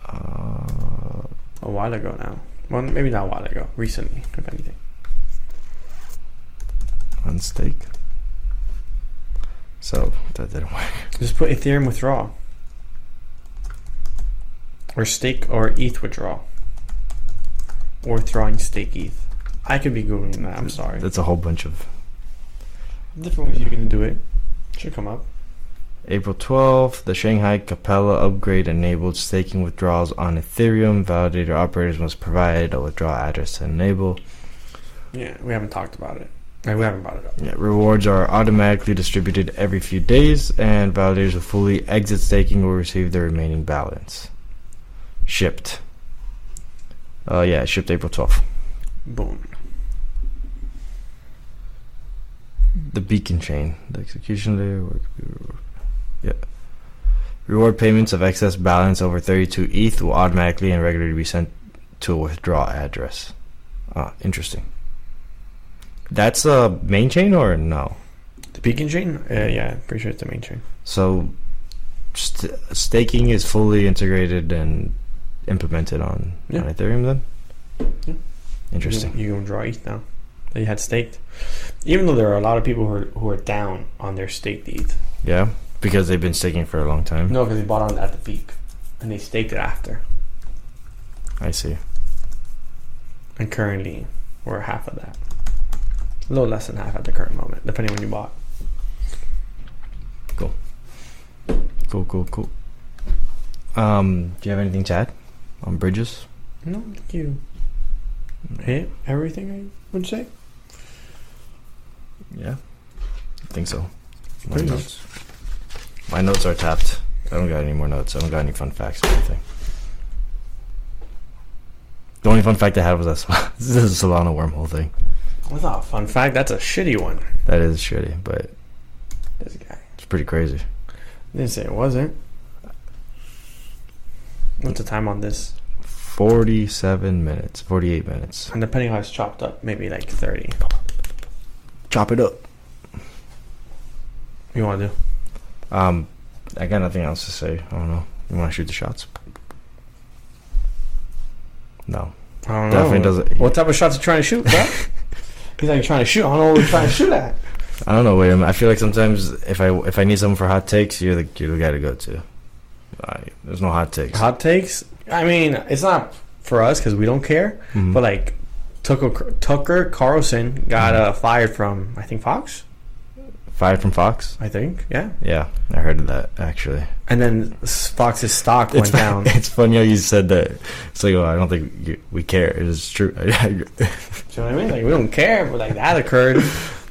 [SPEAKER 1] Uh,
[SPEAKER 2] a while ago now. Well, maybe not a while ago. Recently, if anything.
[SPEAKER 1] on stake. So that didn't work.
[SPEAKER 2] Just put Ethereum withdrawal. Or stake or ETH withdrawal. Or throwing stake ETH. I could be Googling that. I'm sorry.
[SPEAKER 1] That's a whole bunch of
[SPEAKER 2] Different ways you can do it. Should come up.
[SPEAKER 1] April 12th, the Shanghai Capella upgrade enabled staking withdrawals on Ethereum. Validator operators must provide a withdrawal address to enable.
[SPEAKER 2] Yeah, we haven't talked about it. Right, we haven't brought it up.
[SPEAKER 1] Yeah, rewards are automatically distributed every few days, and validators who fully exit staking will receive their remaining balance. Shipped. Uh, yeah, shipped April 12th.
[SPEAKER 2] Boom.
[SPEAKER 1] The beacon chain, the execution layer, work yeah. Reward payments of excess balance over 32 ETH will automatically and regularly be sent to a withdraw address. Ah, interesting. That's a main chain or no?
[SPEAKER 2] The beacon chain? Uh, yeah, pretty sure it's the main chain.
[SPEAKER 1] So st- staking is fully integrated and implemented on,
[SPEAKER 2] Yeah.
[SPEAKER 1] on Ethereum then?
[SPEAKER 2] Yeah.
[SPEAKER 1] Interesting.
[SPEAKER 2] You, you can draw ETH now that you had staked. Even though there are a lot of people who are, who are down on their staked ETH.
[SPEAKER 1] Yeah, because they've been staking for a long time.
[SPEAKER 2] No, because they bought on at the peak and they staked it after.
[SPEAKER 1] I see.
[SPEAKER 2] And currently, we're half of that. A little less than half at the current moment, depending when you bought.
[SPEAKER 1] Cool, cool, cool. Um, do you have anything to add on bridges?
[SPEAKER 2] No, thank you. Hit everything I would say.
[SPEAKER 1] Yeah, I think so. My
[SPEAKER 2] Pretty
[SPEAKER 1] notes. My notes are tapped. I don't got any more notes. I don't got any fun facts or anything. The only fun fact I had was that Sol- [laughs] this is a Solana wormhole thing.
[SPEAKER 2] What's a fun fact? That's a shitty one.
[SPEAKER 1] That is shitty, but
[SPEAKER 2] This guy
[SPEAKER 1] it's pretty crazy.
[SPEAKER 2] didn't say it wasn't. What's the time on this?
[SPEAKER 1] Forty-seven minutes, forty-eight minutes.
[SPEAKER 2] And depending how it's chopped up, maybe like thirty.
[SPEAKER 1] Chop it up.
[SPEAKER 2] You want to do?
[SPEAKER 1] Um, I got nothing else to say. I don't know. You want to shoot the shots? No,
[SPEAKER 2] I don't
[SPEAKER 1] definitely
[SPEAKER 2] know.
[SPEAKER 1] doesn't.
[SPEAKER 2] Oh. What type of shots are you trying to shoot, [laughs] bro? He's like trying to shoot. I don't know what we're trying to shoot at.
[SPEAKER 1] I don't know. Wait a minute. I feel like sometimes if I if I need someone for hot takes, you're the you're the guy to go to. I, there's no hot takes.
[SPEAKER 2] Hot takes. I mean, it's not for us because we don't care.
[SPEAKER 1] Mhm.
[SPEAKER 2] But like Tucker, Tucker Carlson got uh, fired from I think Fox.
[SPEAKER 1] Fired from Fox.
[SPEAKER 2] I think yeah.
[SPEAKER 1] Yeah, I heard of that actually.
[SPEAKER 2] And then s- Fox's stock went
[SPEAKER 1] it's, [laughs]
[SPEAKER 2] down.
[SPEAKER 1] It's funny how you said that. It's like, well, I don't think you, we care. It's true. [laughs] no,
[SPEAKER 2] Do you know what I mean? Like we don't care, but like that occurred.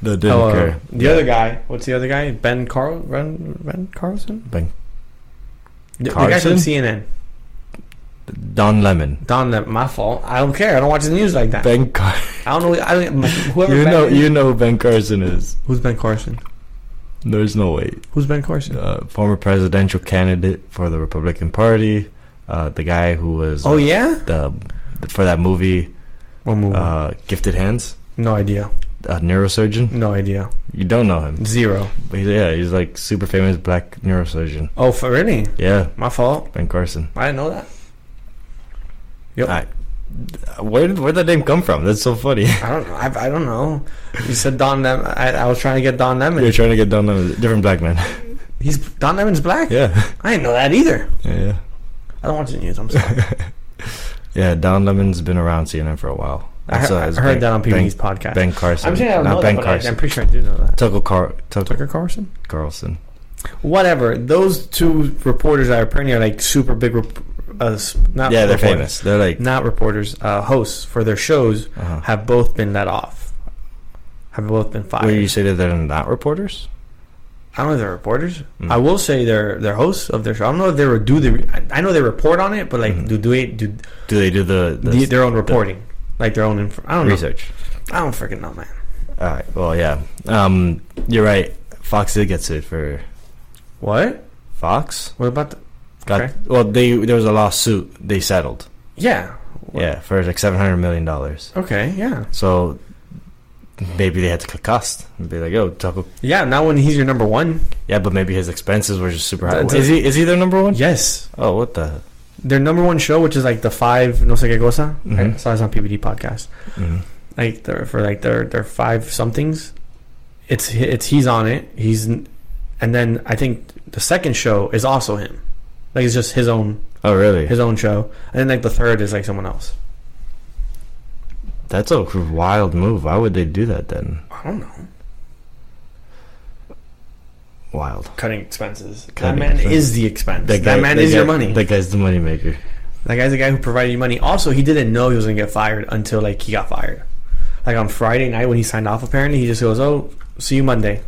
[SPEAKER 1] didn't
[SPEAKER 2] Oh, uh,
[SPEAKER 1] care.
[SPEAKER 2] The other guy, what's the other guy? Ben Carl, Ben, ben Carlson.
[SPEAKER 1] Ben
[SPEAKER 2] The, the guy from
[SPEAKER 1] Carson?
[SPEAKER 2] CNN.
[SPEAKER 1] Don Lemon.
[SPEAKER 2] Don, that my fault. I don't care. I don't watch the news like that.
[SPEAKER 1] Ben Car-
[SPEAKER 2] I don't know. I don't, whoever.
[SPEAKER 1] You
[SPEAKER 2] ben
[SPEAKER 1] know,
[SPEAKER 2] is-
[SPEAKER 1] you know who Ben Carson is.
[SPEAKER 2] Who's Ben Carson?
[SPEAKER 1] There's no way.
[SPEAKER 2] Who's Ben Carson?
[SPEAKER 1] Uh, former presidential candidate for the Republican Party. Uh, the guy who was
[SPEAKER 2] oh yeah.
[SPEAKER 1] the for that movie
[SPEAKER 2] One move. on.
[SPEAKER 1] uh, Gifted Hands.
[SPEAKER 2] no idea.
[SPEAKER 1] a neurosurgeon.
[SPEAKER 2] No idea.
[SPEAKER 1] You don't know him.
[SPEAKER 2] Zero.
[SPEAKER 1] But yeah, he's like super famous black neurosurgeon.
[SPEAKER 2] Oh, for really?
[SPEAKER 1] Yeah,
[SPEAKER 2] My fault.
[SPEAKER 1] Ben Carson.
[SPEAKER 2] I didn't know that. Yep.
[SPEAKER 1] I- Where did where that name come from? That's so funny. [laughs]
[SPEAKER 2] I don't know. I, I don't know. You said Don Lemon. I, I was trying to get Don Lemon.
[SPEAKER 1] You're trying to get down on a different black man. [laughs]
[SPEAKER 2] He's Don Lemon's black.
[SPEAKER 1] Yeah,
[SPEAKER 2] I didn't know that either.
[SPEAKER 1] yeah, yeah.
[SPEAKER 2] I don't watch the news. I'm sorry.
[SPEAKER 1] Yeah, Don Lemon's been around CNN for a while.
[SPEAKER 2] I,
[SPEAKER 1] [laughs] That's,
[SPEAKER 2] heard,
[SPEAKER 1] uh,
[SPEAKER 2] I
[SPEAKER 1] it's
[SPEAKER 2] heard
[SPEAKER 1] ben,
[SPEAKER 2] that on
[SPEAKER 1] Ben,
[SPEAKER 2] PB's podcast.
[SPEAKER 1] ben Carson.
[SPEAKER 2] I'm saying I don't
[SPEAKER 1] not
[SPEAKER 2] know
[SPEAKER 1] Ben
[SPEAKER 2] that, but I,
[SPEAKER 1] Carson.
[SPEAKER 2] am pretty sure I do know that.
[SPEAKER 1] Tucker Car Tucker
[SPEAKER 2] Tucker Carlson.
[SPEAKER 1] Carlson.
[SPEAKER 2] Whatever. Those two reporters that are apparently are like super big. Rep- uh, s- not
[SPEAKER 1] yeah, they're
[SPEAKER 2] reporters.
[SPEAKER 1] famous. They're like
[SPEAKER 2] Not reporters. Uh, hosts for their shows
[SPEAKER 1] uh
[SPEAKER 2] have both been let off. Have both been fired.
[SPEAKER 1] where you say that they're not reporters.
[SPEAKER 2] I don't know if they're reporters.
[SPEAKER 1] Mm.
[SPEAKER 2] I will say they're they're hosts of their show. I don't know if they were do the. I I know they report on it, but like
[SPEAKER 1] Mhm.
[SPEAKER 2] do do it do
[SPEAKER 1] Do they do the, the,
[SPEAKER 2] the, their own reporting, like their own. Inf- I don't
[SPEAKER 1] research?
[SPEAKER 2] know. I don't freaking know, man.
[SPEAKER 1] All right. Well, yeah. Um, you're right. Fox did get sued for
[SPEAKER 2] What?
[SPEAKER 1] Fox.
[SPEAKER 2] What about? The,
[SPEAKER 1] Got
[SPEAKER 2] Okay.
[SPEAKER 1] well. They there was a lawsuit. They settled.
[SPEAKER 2] yeah. What-
[SPEAKER 1] Yeah, for like seven hundred million dollars.
[SPEAKER 2] Okay. Yeah.
[SPEAKER 1] So maybe they had to cut cost and be like, "Yo, Tucker."
[SPEAKER 2] Yeah. Now when he's your number one,
[SPEAKER 1] Yeah, but maybe his expenses were just super high.
[SPEAKER 2] That's-
[SPEAKER 1] Is he is he their number one?
[SPEAKER 2] yes,
[SPEAKER 1] Oh, what the?
[SPEAKER 2] their number one show, which is like the five no sé qué cosa.
[SPEAKER 1] Mhm.
[SPEAKER 2] I saw this on PBD podcast.
[SPEAKER 1] Mhm.
[SPEAKER 2] Like their for like their their five somethings. It's hi- it's he's on it. He's, n- and then I think the second show is also him. Like it's just his own
[SPEAKER 1] Oh, really?
[SPEAKER 2] his own show, and then like the third is like someone else.
[SPEAKER 1] That's a wild move. Why would they do that then?
[SPEAKER 2] I don't know.
[SPEAKER 1] Wild.
[SPEAKER 2] Cutting expenses.
[SPEAKER 1] Cutting
[SPEAKER 2] that man
[SPEAKER 1] expenses.
[SPEAKER 2] is the expense.
[SPEAKER 1] The guy-
[SPEAKER 2] that man
[SPEAKER 1] the
[SPEAKER 2] is
[SPEAKER 1] guy-
[SPEAKER 2] your money.
[SPEAKER 1] That guy's the moneymaker.
[SPEAKER 2] that guy's the guy who provided you money. Also, he didn't know he was gonna get fired until like he got fired. like on Friday night when he signed off, apparently he just goes, "Oh, see you Monday,"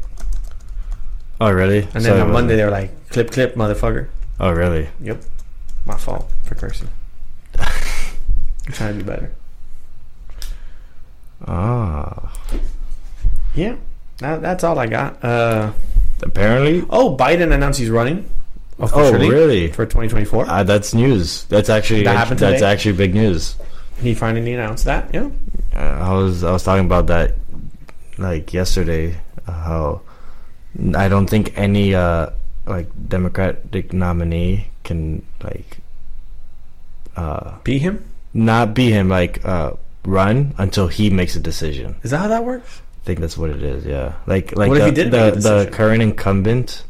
[SPEAKER 1] Oh, really?
[SPEAKER 2] and
[SPEAKER 1] So
[SPEAKER 2] then
[SPEAKER 1] it
[SPEAKER 2] on
[SPEAKER 1] was-
[SPEAKER 2] Monday they were like, "Clip, clip, motherfucker."
[SPEAKER 1] Oh, really?
[SPEAKER 2] My fault
[SPEAKER 1] [laughs]
[SPEAKER 2] for cursing. I'm trying to be better.
[SPEAKER 1] Ah.
[SPEAKER 2] Yeah, that, that's all I got. Uh,
[SPEAKER 1] Apparently.
[SPEAKER 2] oh, Biden announced he's running
[SPEAKER 1] Oh,
[SPEAKER 2] officially
[SPEAKER 1] really?
[SPEAKER 2] for 2024.
[SPEAKER 1] Uh, that's news. That's actually
[SPEAKER 2] That happened
[SPEAKER 1] that's
[SPEAKER 2] today?
[SPEAKER 1] actually big news.
[SPEAKER 2] He finally announced that. Yeah.
[SPEAKER 1] Uh, I was I was talking about that like yesterday. How I don't think any uh, like Democratic nominee can like uh,
[SPEAKER 2] Beat him?
[SPEAKER 1] not be him like uh, run until he makes a decision.
[SPEAKER 2] Is that how that works?
[SPEAKER 1] I think that's what it is. Yeah, like like
[SPEAKER 2] What if
[SPEAKER 1] the
[SPEAKER 2] he did
[SPEAKER 1] the,
[SPEAKER 2] make a
[SPEAKER 1] the
[SPEAKER 2] decision?
[SPEAKER 1] current incumbent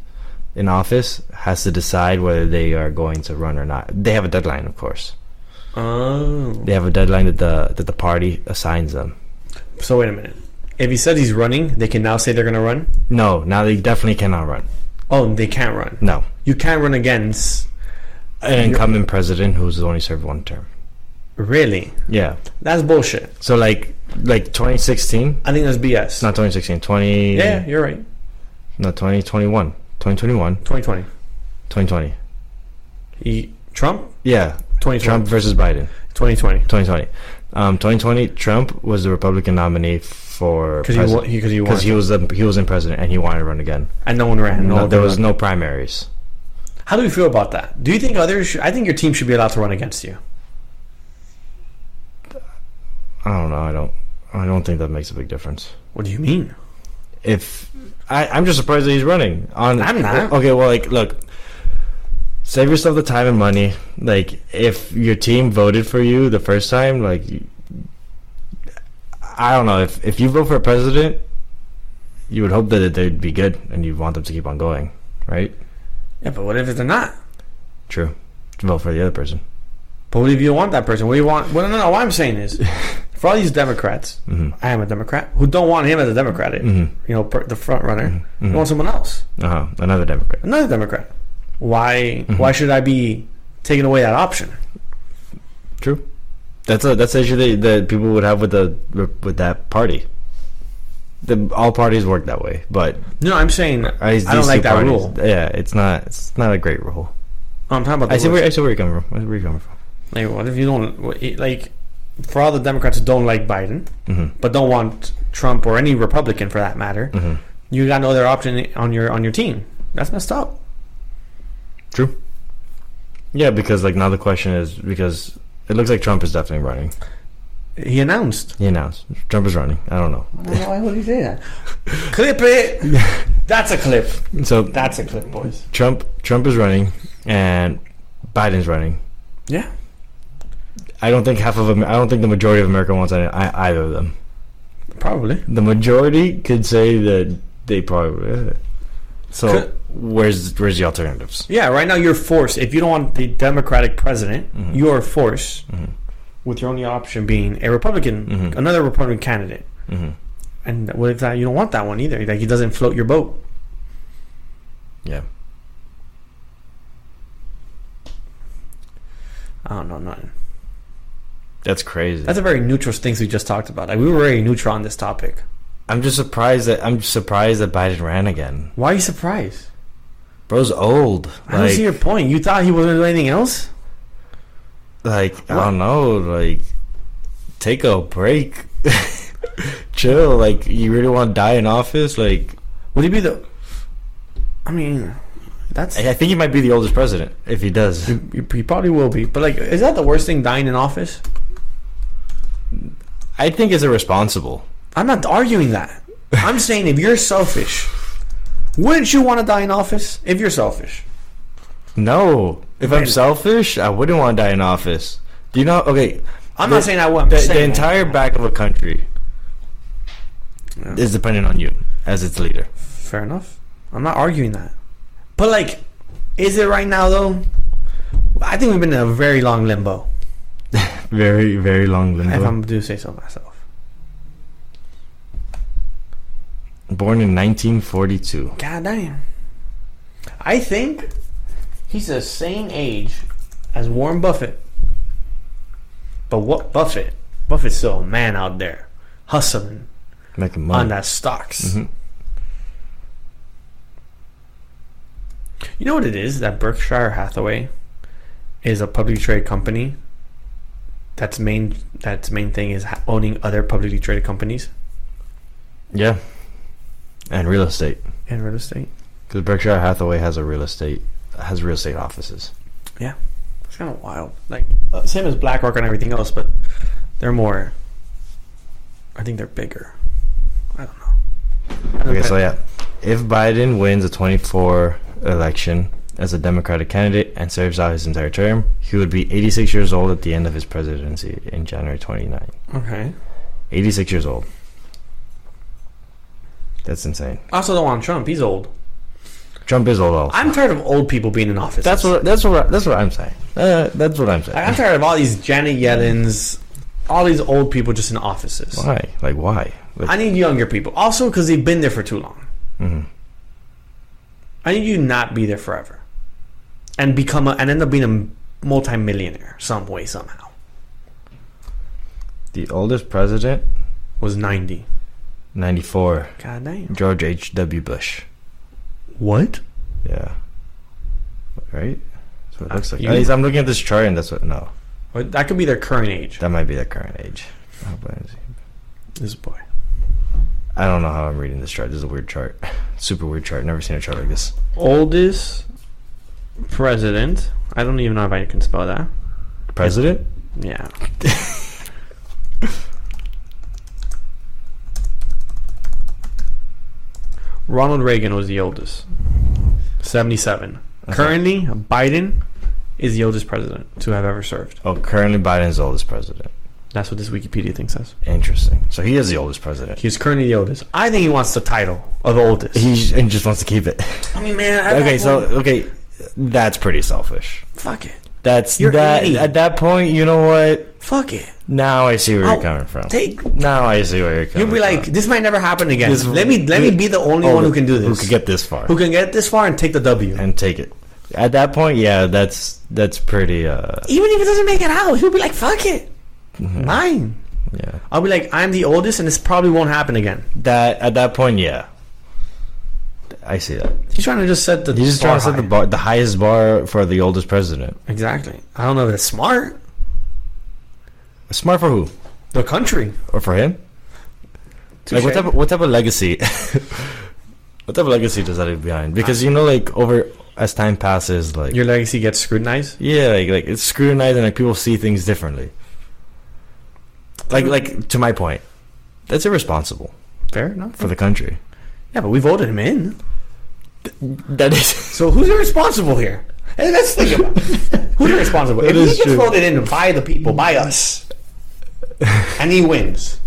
[SPEAKER 1] in office has to decide whether they are going to run or not. They have a deadline, of course.
[SPEAKER 2] Oh.
[SPEAKER 1] They have a deadline that the that the party assigns them.
[SPEAKER 2] So wait a minute. If he says he's running, they can now say they're gonna run.
[SPEAKER 1] No, now they definitely cannot run.
[SPEAKER 2] Oh, they can't run.
[SPEAKER 1] No,
[SPEAKER 2] You can't run against.
[SPEAKER 1] an incumbent president who's only served one term.
[SPEAKER 2] Really?
[SPEAKER 1] Yeah.
[SPEAKER 2] That's bullshit.
[SPEAKER 1] So like like 2016,
[SPEAKER 2] I think that's BS.
[SPEAKER 1] it's not 2016, 20
[SPEAKER 2] yeah, you're right.
[SPEAKER 1] no 2021, 2021,
[SPEAKER 2] 2020.
[SPEAKER 1] 2020.
[SPEAKER 2] He, Trump.
[SPEAKER 1] Yeah,
[SPEAKER 2] 2020.
[SPEAKER 1] Trump versus Biden,
[SPEAKER 2] 2020.
[SPEAKER 1] 2020. Um, 2020, Trump was the Republican nominee for
[SPEAKER 2] Because he won.
[SPEAKER 1] president
[SPEAKER 2] Because he, won.
[SPEAKER 1] because he, was the, he was in president and he wanted to run again.
[SPEAKER 2] and no one ran.
[SPEAKER 1] No,
[SPEAKER 2] one
[SPEAKER 1] there
[SPEAKER 2] ran.
[SPEAKER 1] was no primaries.
[SPEAKER 2] How do you feel about that? Do you think others? Should, I think your team should be allowed to run against you.
[SPEAKER 1] I don't know. I don't. I don't think that makes a big difference.
[SPEAKER 2] What do you mean?
[SPEAKER 1] if I, I'm just surprised that he's running. On
[SPEAKER 2] I'm not.
[SPEAKER 1] Okay, well, like, look, save yourself the time and money. Like, if your team voted for you the first time, like, you- I don't know. If if you vote for a president, you would hope that they'd be good and you want them to keep on going, right?
[SPEAKER 2] Yeah, but what if they're not?
[SPEAKER 1] True. Vote for the other person.
[SPEAKER 2] But what if you want that person? What do you want? Well, no, no. What I'm saying [laughs] is, for all these Democrats,
[SPEAKER 1] hmm
[SPEAKER 2] I am a Democrat who don't want him as a Democrat.
[SPEAKER 1] hmm
[SPEAKER 2] You know, per, the front runner.
[SPEAKER 1] hmm
[SPEAKER 2] You want someone else.
[SPEAKER 1] Uh-huh. Another Democrat.
[SPEAKER 2] another Democrat. Why
[SPEAKER 1] Mhm.
[SPEAKER 2] why should I be taking away that option?
[SPEAKER 1] That's a that's the issue that, that people would have with the with that party. The, all parties work that way, but
[SPEAKER 2] No, I'm saying
[SPEAKER 1] I,
[SPEAKER 2] I don't like that rule.
[SPEAKER 1] Yeah, it's not it's not a great rule.
[SPEAKER 2] I'm talking about
[SPEAKER 1] I see
[SPEAKER 2] the
[SPEAKER 1] where
[SPEAKER 2] worst.
[SPEAKER 1] I see where you're coming from. I see where you're coming from.
[SPEAKER 2] like what if you don't what- it- like for all the Democrats who don't like Biden
[SPEAKER 1] Mm-hmm.
[SPEAKER 2] but don't want Trump or any Republican for that matter,
[SPEAKER 1] Mm-hmm.
[SPEAKER 2] you got no other option on your on your team. That's messed up.
[SPEAKER 1] Yeah, because like now the question is because it looks like Trump is definitely running.
[SPEAKER 2] He announced.
[SPEAKER 1] He announced Trump is running. I don't know.
[SPEAKER 2] I don't know why would he say that. [laughs] clip it. [laughs] That's a clip.
[SPEAKER 1] So
[SPEAKER 2] That's a clip, boys.
[SPEAKER 1] Trump Trump is running and Biden's running.
[SPEAKER 2] Yeah.
[SPEAKER 1] I don't think half of them. I don't think the majority of America wants any, I, either of them.
[SPEAKER 2] Probably.
[SPEAKER 1] The majority could say that they probably. uh, So
[SPEAKER 2] Could-
[SPEAKER 1] where's where's the alternatives?
[SPEAKER 2] Yeah, right now you're forced. If you don't want the Democratic president,
[SPEAKER 1] Mhm.
[SPEAKER 2] you are forced
[SPEAKER 1] Mhm.
[SPEAKER 2] with your only option being a Republican,
[SPEAKER 1] Mhm.
[SPEAKER 2] another Republican candidate.
[SPEAKER 1] Mm-hmm.
[SPEAKER 2] And what if that you don't want that one either? Like he doesn't float your boat.
[SPEAKER 1] Yeah.
[SPEAKER 2] I don't know nothing.
[SPEAKER 1] That's crazy.
[SPEAKER 2] That's a very neutral things we just talked about. Like we were very neutral on this topic.
[SPEAKER 1] I'm just surprised that I'm surprised that Biden ran again.
[SPEAKER 2] Why are you surprised?
[SPEAKER 1] Bro's old.
[SPEAKER 2] I don't
[SPEAKER 1] Like,
[SPEAKER 2] see your point. You thought he wasn't doing anything else?
[SPEAKER 1] like I
[SPEAKER 2] What?
[SPEAKER 1] don't know. Like, take a break, [laughs] chill. Like, you really want to die in office? Like,
[SPEAKER 2] Would he be the? I mean, that's
[SPEAKER 1] I I think he might be the oldest president if he does.
[SPEAKER 2] you, you, he probably will be. But like, is that the worst thing? Dying in office?
[SPEAKER 1] I think it's irresponsible.
[SPEAKER 2] I'm not
[SPEAKER 1] [laughs]
[SPEAKER 2] arguing that. I'm saying if you're selfish, wouldn't you want to die in office if you're selfish?
[SPEAKER 1] No, if I'm
[SPEAKER 2] Really?
[SPEAKER 1] selfish, I wouldn't want to die in office. Do you know? Okay,
[SPEAKER 2] I'm
[SPEAKER 1] The-
[SPEAKER 2] not saying I would. I'm
[SPEAKER 1] the, the
[SPEAKER 2] saying-
[SPEAKER 1] entire back of a country
[SPEAKER 2] Yeah.
[SPEAKER 1] is dependent on you as its leader.
[SPEAKER 2] Fair enough. I'm not arguing that. But like, is it right now though? I think we've been in a very long limbo.
[SPEAKER 1] Very, very long
[SPEAKER 2] If
[SPEAKER 1] limbo.
[SPEAKER 2] I'm do say so myself.
[SPEAKER 1] Born in 1942.
[SPEAKER 2] God damn. I think he's the same age as Warren Buffett. But what Buffett? Buffett's still a man out there. hustling
[SPEAKER 1] making
[SPEAKER 2] on
[SPEAKER 1] money.
[SPEAKER 2] that stocks.
[SPEAKER 1] Mhm.
[SPEAKER 2] You know what it is that Berkshire Hathaway is a publicly traded company. That's main. That's main thing is ha- owning other publicly traded companies
[SPEAKER 1] Yeah, and real estate
[SPEAKER 2] in real estate.
[SPEAKER 1] because Berkshire Hathaway has a real estate has real estate offices.
[SPEAKER 2] It's kind of wild. Like uh, same as BlackRock and everything else, but they're more. I think they're bigger. I don't know. I
[SPEAKER 1] Okay,
[SPEAKER 2] don't
[SPEAKER 1] so
[SPEAKER 2] know.
[SPEAKER 1] yeah, if Biden wins the 24 election as a Democratic candidate and serves out his entire term, he would be 86 years old at the end of his presidency in January 29.
[SPEAKER 2] Okay.
[SPEAKER 1] 86 years old. That's insane.
[SPEAKER 2] I also don't want Trump. He's old.
[SPEAKER 1] Trump is old. also.
[SPEAKER 2] I'm tired of old people being in office.
[SPEAKER 1] That's what. That's what. That's what I'm saying. Uh, that's what I'm
[SPEAKER 2] Like,
[SPEAKER 1] saying.
[SPEAKER 2] I'm tired of all these Janet Yellens, all these old people just in offices.
[SPEAKER 1] Why? Like why? But-
[SPEAKER 2] I need younger people. Also, because they've been there for too long.
[SPEAKER 1] Mhm.
[SPEAKER 2] I need you to not be there forever, and become a, and end up being a multimillionaire some way somehow.
[SPEAKER 1] The oldest president,
[SPEAKER 2] Was ninety.
[SPEAKER 1] 94,
[SPEAKER 2] God damn.
[SPEAKER 1] George H. W. Bush.
[SPEAKER 2] What?
[SPEAKER 1] Yeah. Right. That's what it
[SPEAKER 2] Uh,
[SPEAKER 1] looks like.
[SPEAKER 2] you-
[SPEAKER 1] At least I'm looking at this chart, and that's what. No,
[SPEAKER 2] Well, that could be their current age.
[SPEAKER 1] that might be the current age. Oh, but
[SPEAKER 2] This boy.
[SPEAKER 1] I don't know how I'm reading this chart. This is a weird chart. [laughs] Super weird chart. Never seen a chart like this.
[SPEAKER 2] Oldest president. I don't even know if I can spell that.
[SPEAKER 1] President?
[SPEAKER 2] Yeah. [laughs] Ronald Reagan was the oldest, 77.
[SPEAKER 1] Okay.
[SPEAKER 2] Currently, Biden is the oldest president to have ever served.
[SPEAKER 1] Oh, currently Biden's the oldest president.
[SPEAKER 2] That's what this Wikipedia thing says.
[SPEAKER 1] Interesting. So he is the oldest president.
[SPEAKER 2] He's currently the oldest. I think he wants the title of oldest.
[SPEAKER 1] He j- and just wants to keep it.
[SPEAKER 2] I
[SPEAKER 1] [laughs]
[SPEAKER 2] mean, man. I-
[SPEAKER 1] okay, so okay, that's pretty selfish.
[SPEAKER 2] fuck it.
[SPEAKER 1] That's
[SPEAKER 2] You're
[SPEAKER 1] that.
[SPEAKER 2] 80.
[SPEAKER 1] At that point, you know what?
[SPEAKER 2] Fuck it.
[SPEAKER 1] Now I see where
[SPEAKER 2] Oh,
[SPEAKER 1] you're coming from.
[SPEAKER 2] Take.
[SPEAKER 1] Now I see where you're coming.
[SPEAKER 2] You'll be like,
[SPEAKER 1] from.
[SPEAKER 2] this might never happen again.
[SPEAKER 1] This-
[SPEAKER 2] let me let me be the only
[SPEAKER 1] Oh,
[SPEAKER 2] one who can do this.
[SPEAKER 1] Who could get this far?
[SPEAKER 2] who can get this far and take the W.
[SPEAKER 1] and take it. At that point, yeah, that's that's pretty. uh
[SPEAKER 2] even if he doesn't make it out, he'll be like, "Fuck it,
[SPEAKER 1] Mm-hmm.
[SPEAKER 2] mine."
[SPEAKER 1] Yeah,
[SPEAKER 2] I'll be like, "I'm the oldest, and this probably won't happen again."
[SPEAKER 1] that at that point, yeah, I see that.
[SPEAKER 2] He's trying to just set the.
[SPEAKER 1] He's just trying to set the bar, the highest bar for the oldest president.
[SPEAKER 2] Exactly. I don't know if that's smart.
[SPEAKER 1] Smart for who?
[SPEAKER 2] The country.
[SPEAKER 1] Or for him? Like what
[SPEAKER 2] Touche.
[SPEAKER 1] type of, what type of legacy? [laughs] what type of legacy does that leave behind? Because you know, like over as time passes, like
[SPEAKER 2] Your legacy gets scrutinized.
[SPEAKER 1] yeah, like like it's scrutinized and like people see things differently. Like like to my point, that's irresponsible
[SPEAKER 2] Fair enough.
[SPEAKER 1] for the country.
[SPEAKER 2] Yeah, but we voted him in.
[SPEAKER 1] That is. [laughs]
[SPEAKER 2] So who's irresponsible here? Hey, let's think about it.
[SPEAKER 1] [laughs]
[SPEAKER 2] who's irresponsible.
[SPEAKER 1] That
[SPEAKER 2] if he
[SPEAKER 1] is
[SPEAKER 2] gets
[SPEAKER 1] true.
[SPEAKER 2] voted in by the people, by us, and he
[SPEAKER 1] [laughs]
[SPEAKER 2] wins.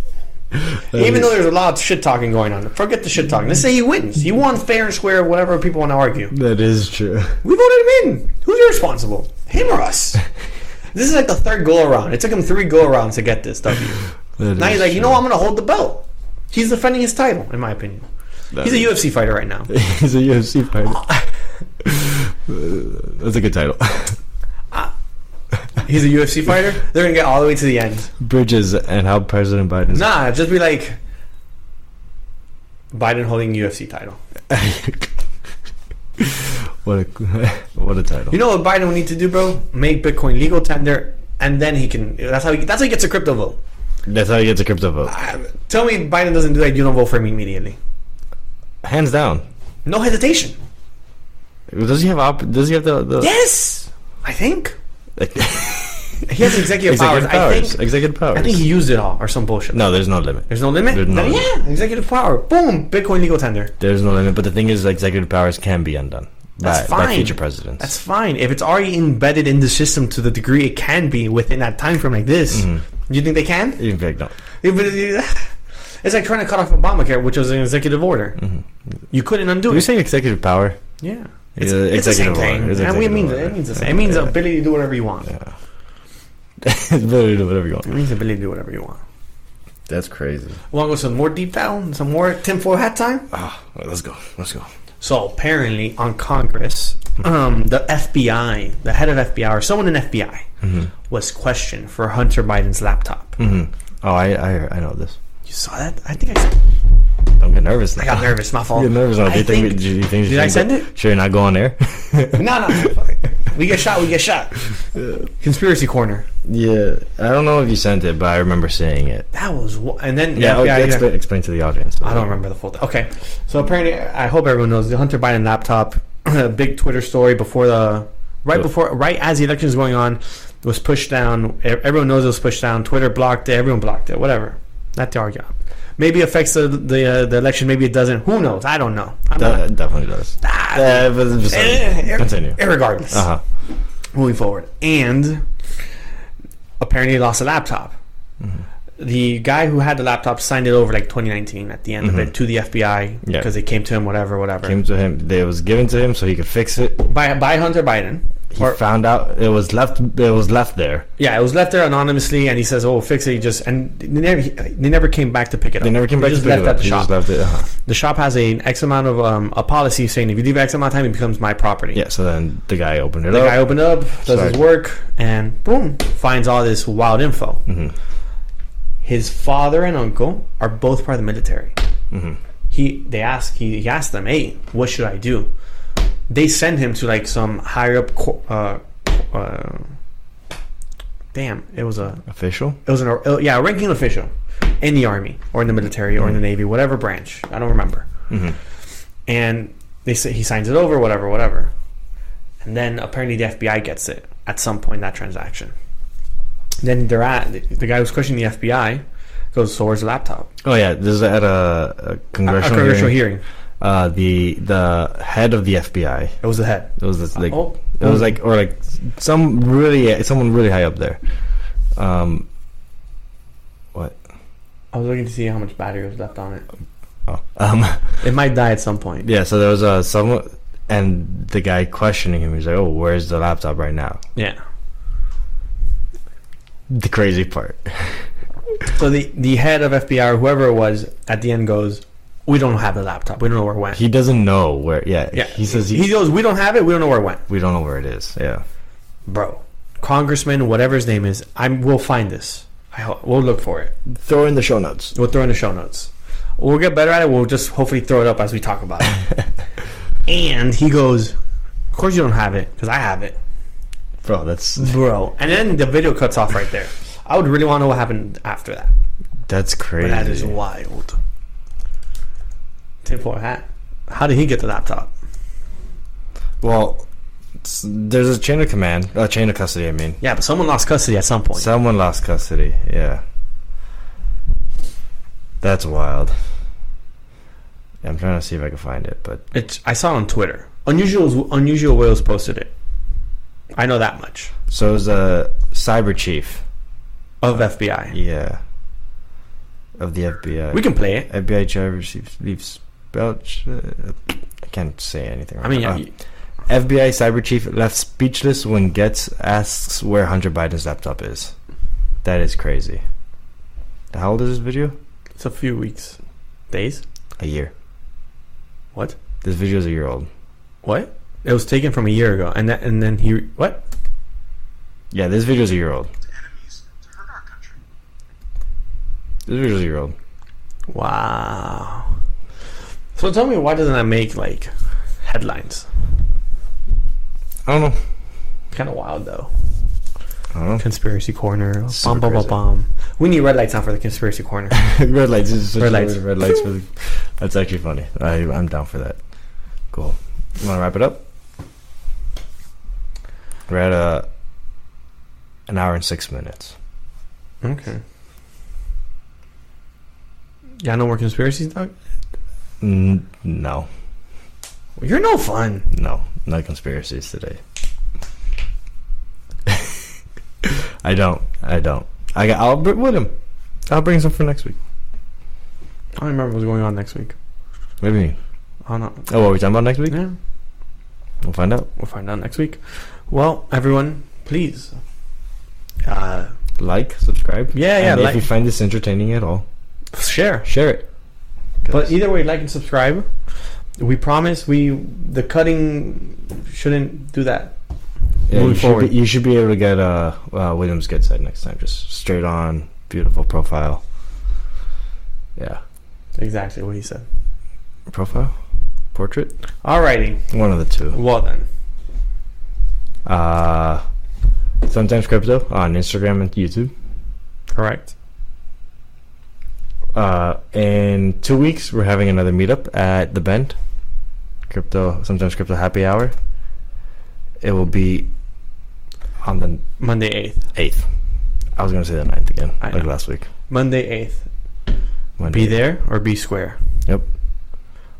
[SPEAKER 2] Even though there's a lot of shit talking going on, forget the shit talking. Let's say he wins. He won fair and square, whatever people want to argue.
[SPEAKER 1] That is true.
[SPEAKER 2] We voted him in. Who's irresponsible? Him or us? This is like the third go around. It took him three go arounds to get this W. Now he's like, you know, what? I'm going to hold the belt. He's defending his title, in my opinion. He's a UFC fighter right now.
[SPEAKER 1] [laughs] He's a UFC
[SPEAKER 2] [laughs]
[SPEAKER 1] fighter. That's a good title. [laughs]
[SPEAKER 2] He's a [laughs] UFC fighter. They're going to get all the way to the end.
[SPEAKER 1] Bridges and how President Biden's.
[SPEAKER 2] Nah, just be like Biden holding UFC title.
[SPEAKER 1] what a [laughs] what a title.
[SPEAKER 2] You know what Biden would need to do, bro? Make Bitcoin legal tender, and then he can. That's how he. That's how he gets a crypto vote.
[SPEAKER 1] That's how you get the crypto vote.
[SPEAKER 2] Uh, Tell me Biden doesn't do that. You don't vote for him immediately.
[SPEAKER 1] Hands down.
[SPEAKER 2] No hesitation.
[SPEAKER 1] Does he have op- Does he have the, the
[SPEAKER 2] Yes, I [laughs] think
[SPEAKER 1] like,
[SPEAKER 2] he has executive,
[SPEAKER 1] executive
[SPEAKER 2] powers. I
[SPEAKER 1] powers?
[SPEAKER 2] think.
[SPEAKER 1] executive powers.
[SPEAKER 2] I think he used it all or some bullshit.
[SPEAKER 1] no, there's no limit.
[SPEAKER 2] There's no limit.
[SPEAKER 1] There's no
[SPEAKER 2] Then
[SPEAKER 1] limit.
[SPEAKER 2] yeah, executive power. Boom, Bitcoin legal tender.
[SPEAKER 1] There's no limit. But the thing is, executive powers can be undone
[SPEAKER 2] That's
[SPEAKER 1] by, by
[SPEAKER 2] fine.
[SPEAKER 1] future presidents.
[SPEAKER 2] That's fine. If it's already embedded in the system to the degree it can be within that time frame like this,
[SPEAKER 1] Mm-hmm.
[SPEAKER 2] you think they can? [laughs]
[SPEAKER 1] In fact, no.
[SPEAKER 2] Yeah, but it- It's like trying to cut off Obamacare, which was an executive order. You couldn't undo
[SPEAKER 1] Are Mm-hmm. you
[SPEAKER 2] it.
[SPEAKER 1] saying executive power? [laughs]
[SPEAKER 2] Yeah,
[SPEAKER 1] It's- Yeah, it's the same executive thing. order. It's
[SPEAKER 2] and we
[SPEAKER 1] executive
[SPEAKER 2] mean
[SPEAKER 1] order.
[SPEAKER 2] it means the same. It means
[SPEAKER 1] Yeah.
[SPEAKER 2] ability to do whatever you want.
[SPEAKER 1] Literally do whatever you want.
[SPEAKER 2] It means ability to do whatever you want.
[SPEAKER 1] That's crazy.
[SPEAKER 2] Want to go some more deep down? Some more tinfoil hat time?
[SPEAKER 1] Ah, well, let's go. Let's go.
[SPEAKER 2] So apparently on Congress,
[SPEAKER 1] Mm-hmm.
[SPEAKER 2] um, the FBI, the head of FBI or someone in
[SPEAKER 1] Mm-hmm.
[SPEAKER 2] FBI, was questioned for Hunter Biden's laptop.
[SPEAKER 1] hmm Oh, Mm-hmm. I, I I know this.
[SPEAKER 2] You saw that? I think I,
[SPEAKER 1] Don't get nervous now.
[SPEAKER 2] I got nervous. My fault.
[SPEAKER 1] Get nervous now. Do
[SPEAKER 2] I
[SPEAKER 1] [laughs] you think,
[SPEAKER 2] think-
[SPEAKER 1] do you think
[SPEAKER 2] Did I send it?
[SPEAKER 1] Sure, not go on there.
[SPEAKER 2] [laughs] No, no, no. fuck it. We get shot. We get shot. Conspiracy corner.
[SPEAKER 1] [laughs] yeah, I don't know if you sent it, but I remember seeing it.
[SPEAKER 2] That was wha- and then
[SPEAKER 1] Yeah,
[SPEAKER 2] yeah,
[SPEAKER 1] oh,
[SPEAKER 2] yeah, yeah.
[SPEAKER 1] Explain, explain to the audience.
[SPEAKER 2] I don't remember the full. thing. Okay, so apparently, I hope everyone knows the Hunter Biden laptop. [clears throat] a big Twitter story before the right
[SPEAKER 1] Yeah.
[SPEAKER 2] before right as the election is going on was pushed down. E- Everyone knows it was pushed down. Twitter blocked it. Everyone blocked it. Whatever. Not the argument. Maybe affects the the, uh, the election. Maybe it doesn't. Who knows? I don't know. I'm
[SPEAKER 1] That,
[SPEAKER 2] not,
[SPEAKER 1] that definitely [laughs] does.
[SPEAKER 2] Ah,
[SPEAKER 1] Yeah, but- but-
[SPEAKER 2] eh, eh,
[SPEAKER 1] continue.
[SPEAKER 2] irregardless.
[SPEAKER 1] Uh huh.
[SPEAKER 2] moving forward. And apparently he lost a laptop.
[SPEAKER 1] Mm-hmm.
[SPEAKER 2] The guy who had the laptop signed it over like 2019 at the end of
[SPEAKER 1] Mhm.
[SPEAKER 2] it to the FBI
[SPEAKER 1] Yeah.
[SPEAKER 2] because it came to him, whatever, whatever.
[SPEAKER 1] Came to him. They was given to him so he could fix it.
[SPEAKER 2] by, by Hunter Biden.
[SPEAKER 1] He
[SPEAKER 2] Or-
[SPEAKER 1] found out it was left. It was left there.
[SPEAKER 2] Yeah, it was left there anonymously, and he says, "Oh, fix it." He just and they never, they never came back to pick it up.
[SPEAKER 1] They never came back
[SPEAKER 2] just
[SPEAKER 1] to pick
[SPEAKER 2] left
[SPEAKER 1] it
[SPEAKER 2] at
[SPEAKER 1] up.
[SPEAKER 2] the
[SPEAKER 1] He
[SPEAKER 2] shop.
[SPEAKER 1] just left it. Uh-huh.
[SPEAKER 2] The shop has a X amount of um, a policy saying if you leave X amount of time, it becomes my property.
[SPEAKER 1] Yeah. So then the guy opened it
[SPEAKER 2] The
[SPEAKER 1] up.
[SPEAKER 2] guy opened up, does
[SPEAKER 1] Sorry.
[SPEAKER 2] his work, and boom, finds all this wild info.
[SPEAKER 1] Mhm.
[SPEAKER 2] His father and uncle are both part of the military.
[SPEAKER 1] Mm-hmm.
[SPEAKER 2] He they ask he, he asked them, "Hey, what should I do?" They send him to like some higher up. Co- uh, uh, damn, it was a
[SPEAKER 1] Official.
[SPEAKER 2] it was an uh, yeah a ranking official in the army or in the military
[SPEAKER 1] Mm-hmm.
[SPEAKER 2] or in the navy, whatever branch. I don't remember.
[SPEAKER 1] Mhm.
[SPEAKER 2] And they say he signs it over, whatever, whatever. And then apparently the FBI gets it at some point in that transaction. Then they're at the, the guy who's questioning the FBI goes, "So where's the laptop?"
[SPEAKER 1] Oh yeah, this is at a, a
[SPEAKER 2] A-
[SPEAKER 1] congressional,
[SPEAKER 2] a congressional
[SPEAKER 1] hearing.
[SPEAKER 2] hearing.
[SPEAKER 1] Uh, the the head of the FBI.
[SPEAKER 2] It was the head.
[SPEAKER 1] It was this, like
[SPEAKER 2] oh,
[SPEAKER 1] it was like or like some really someone really high up there. Um,
[SPEAKER 2] I was looking to see how much battery was left on it.
[SPEAKER 1] oh, um, [laughs]
[SPEAKER 2] It might die at some point.
[SPEAKER 1] yeah. So there was uh, someone and the guy questioning him. He's like, "Oh, where's the laptop right now?"
[SPEAKER 2] Yeah.
[SPEAKER 1] The crazy part.
[SPEAKER 2] So the the head of FBI or whoever it was at the end goes, "We don't have the laptop. We don't know where it went."
[SPEAKER 1] He doesn't know where. Yeah.
[SPEAKER 2] Yeah.
[SPEAKER 1] He says he,
[SPEAKER 2] He goes, "We don't have it. We don't know where it went."
[SPEAKER 1] we don't know where it is. Yeah.
[SPEAKER 2] bro, congressman, whatever his name is, I'm we'll find this. I hope we'll look for it.
[SPEAKER 1] Throw in the show notes.
[SPEAKER 2] We'll throw in the show notes. We'll get better at it. We'll just hopefully throw it up as we talk about it.
[SPEAKER 1] [laughs]
[SPEAKER 2] and he goes, "Of course you don't have it because I have it,
[SPEAKER 1] Bro, that's
[SPEAKER 2] bro." And then the video cuts off right there. I would really want to know what happened after that.
[SPEAKER 1] that's
[SPEAKER 2] But
[SPEAKER 1] crazy.
[SPEAKER 2] that is wild. Tinfoil hat. How did he get the laptop?
[SPEAKER 1] well, s- there's a chain of command, a chain of custody. I mean,
[SPEAKER 2] Yeah, but someone lost custody at some point.
[SPEAKER 1] someone lost custody. Yeah, that's wild. Yeah, I'm trying to see if I can find it, but
[SPEAKER 2] It's, I saw it on Twitter. Unusual, unusual Wales posted it. I know that much.
[SPEAKER 1] so is a cyber chief.
[SPEAKER 2] of FBI.
[SPEAKER 1] Yeah, of the FBI.
[SPEAKER 2] We can play it.
[SPEAKER 1] FBI driver chief leaves Belch. Uh, I can't say anything.
[SPEAKER 2] I mean,
[SPEAKER 1] now.
[SPEAKER 2] yeah,
[SPEAKER 1] Uh, FBI cyber chief left speechless when Getz asks where Hunter Biden's laptop is. That is crazy. How old is this video?
[SPEAKER 2] it's a few weeks, days.
[SPEAKER 1] A year.
[SPEAKER 2] What?
[SPEAKER 1] This video is a year old.
[SPEAKER 2] What? It was taken from a year ago, and that, and then he what?
[SPEAKER 1] Yeah, this video is a year old.
[SPEAKER 3] enemies to hurt our country.
[SPEAKER 1] This video is a year old.
[SPEAKER 2] Wow. So tell me, why doesn't that make like headlines?
[SPEAKER 1] I don't know.
[SPEAKER 2] Kind of wild though.
[SPEAKER 1] I don't
[SPEAKER 2] Conspiracy corner. Bum
[SPEAKER 1] Super
[SPEAKER 2] bum bum
[SPEAKER 1] crazy.
[SPEAKER 2] bum. We need red lights on for the conspiracy [laughs] corner.
[SPEAKER 1] know. [laughs] red lights. This is such
[SPEAKER 2] Red
[SPEAKER 1] a
[SPEAKER 2] lights.
[SPEAKER 1] word, Red lights. For the, that's actually funny. I, I'm down for that. Cool. You want to wrap it up? We're at uh, an hour and six minutes.
[SPEAKER 2] okay. Yeah, no more conspiracies, dog.
[SPEAKER 1] Mm, no,
[SPEAKER 2] You're no fun.
[SPEAKER 1] no, no conspiracies today. [laughs] I don't. I don't. I got. I'll bring with him. I'll bring some for next week.
[SPEAKER 2] I don't remember what's going on next week.
[SPEAKER 1] What do you mean?
[SPEAKER 2] I don't know.
[SPEAKER 1] Oh, what are we talking about next week?
[SPEAKER 2] Yeah.
[SPEAKER 1] We'll find out.
[SPEAKER 2] We'll find out next week. Well, everyone, please. Uh,
[SPEAKER 1] Like, subscribe.
[SPEAKER 2] Yeah, yeah,
[SPEAKER 1] And if
[SPEAKER 2] like-
[SPEAKER 1] you find this entertaining at all,
[SPEAKER 2] share.
[SPEAKER 1] share it.
[SPEAKER 2] But either way, like and subscribe. We promise we the cutting shouldn't do that.
[SPEAKER 1] Yeah, you,
[SPEAKER 2] moving forward.
[SPEAKER 1] Should be, you should be able to get uh, uh, Williams good side next time. Just straight on, beautiful profile. Yeah.
[SPEAKER 2] Exactly what he said.
[SPEAKER 1] Profile? Portrait?
[SPEAKER 2] Alrighty.
[SPEAKER 1] One of the two.
[SPEAKER 2] Well then.
[SPEAKER 1] Uh, sometimes crypto on Instagram and YouTube.
[SPEAKER 2] Correct.
[SPEAKER 1] Uh, in two weeks, we're having another meetup at the Bend. Crypto, sometimes crypto happy hour. It will be on the
[SPEAKER 2] Monday eighth.
[SPEAKER 1] 8th. I was going to say the 9th again,
[SPEAKER 2] I
[SPEAKER 1] like
[SPEAKER 2] know.
[SPEAKER 1] last week.
[SPEAKER 2] Monday eighth.
[SPEAKER 1] Monday.
[SPEAKER 2] Be there or be square.
[SPEAKER 1] Yep.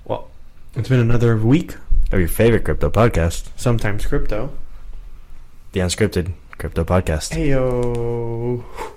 [SPEAKER 2] Well, it's been another week.
[SPEAKER 1] Or your favorite crypto podcast,
[SPEAKER 2] Sometimes crypto.
[SPEAKER 1] The Unscripted Crypto Podcast.
[SPEAKER 2] Heyo.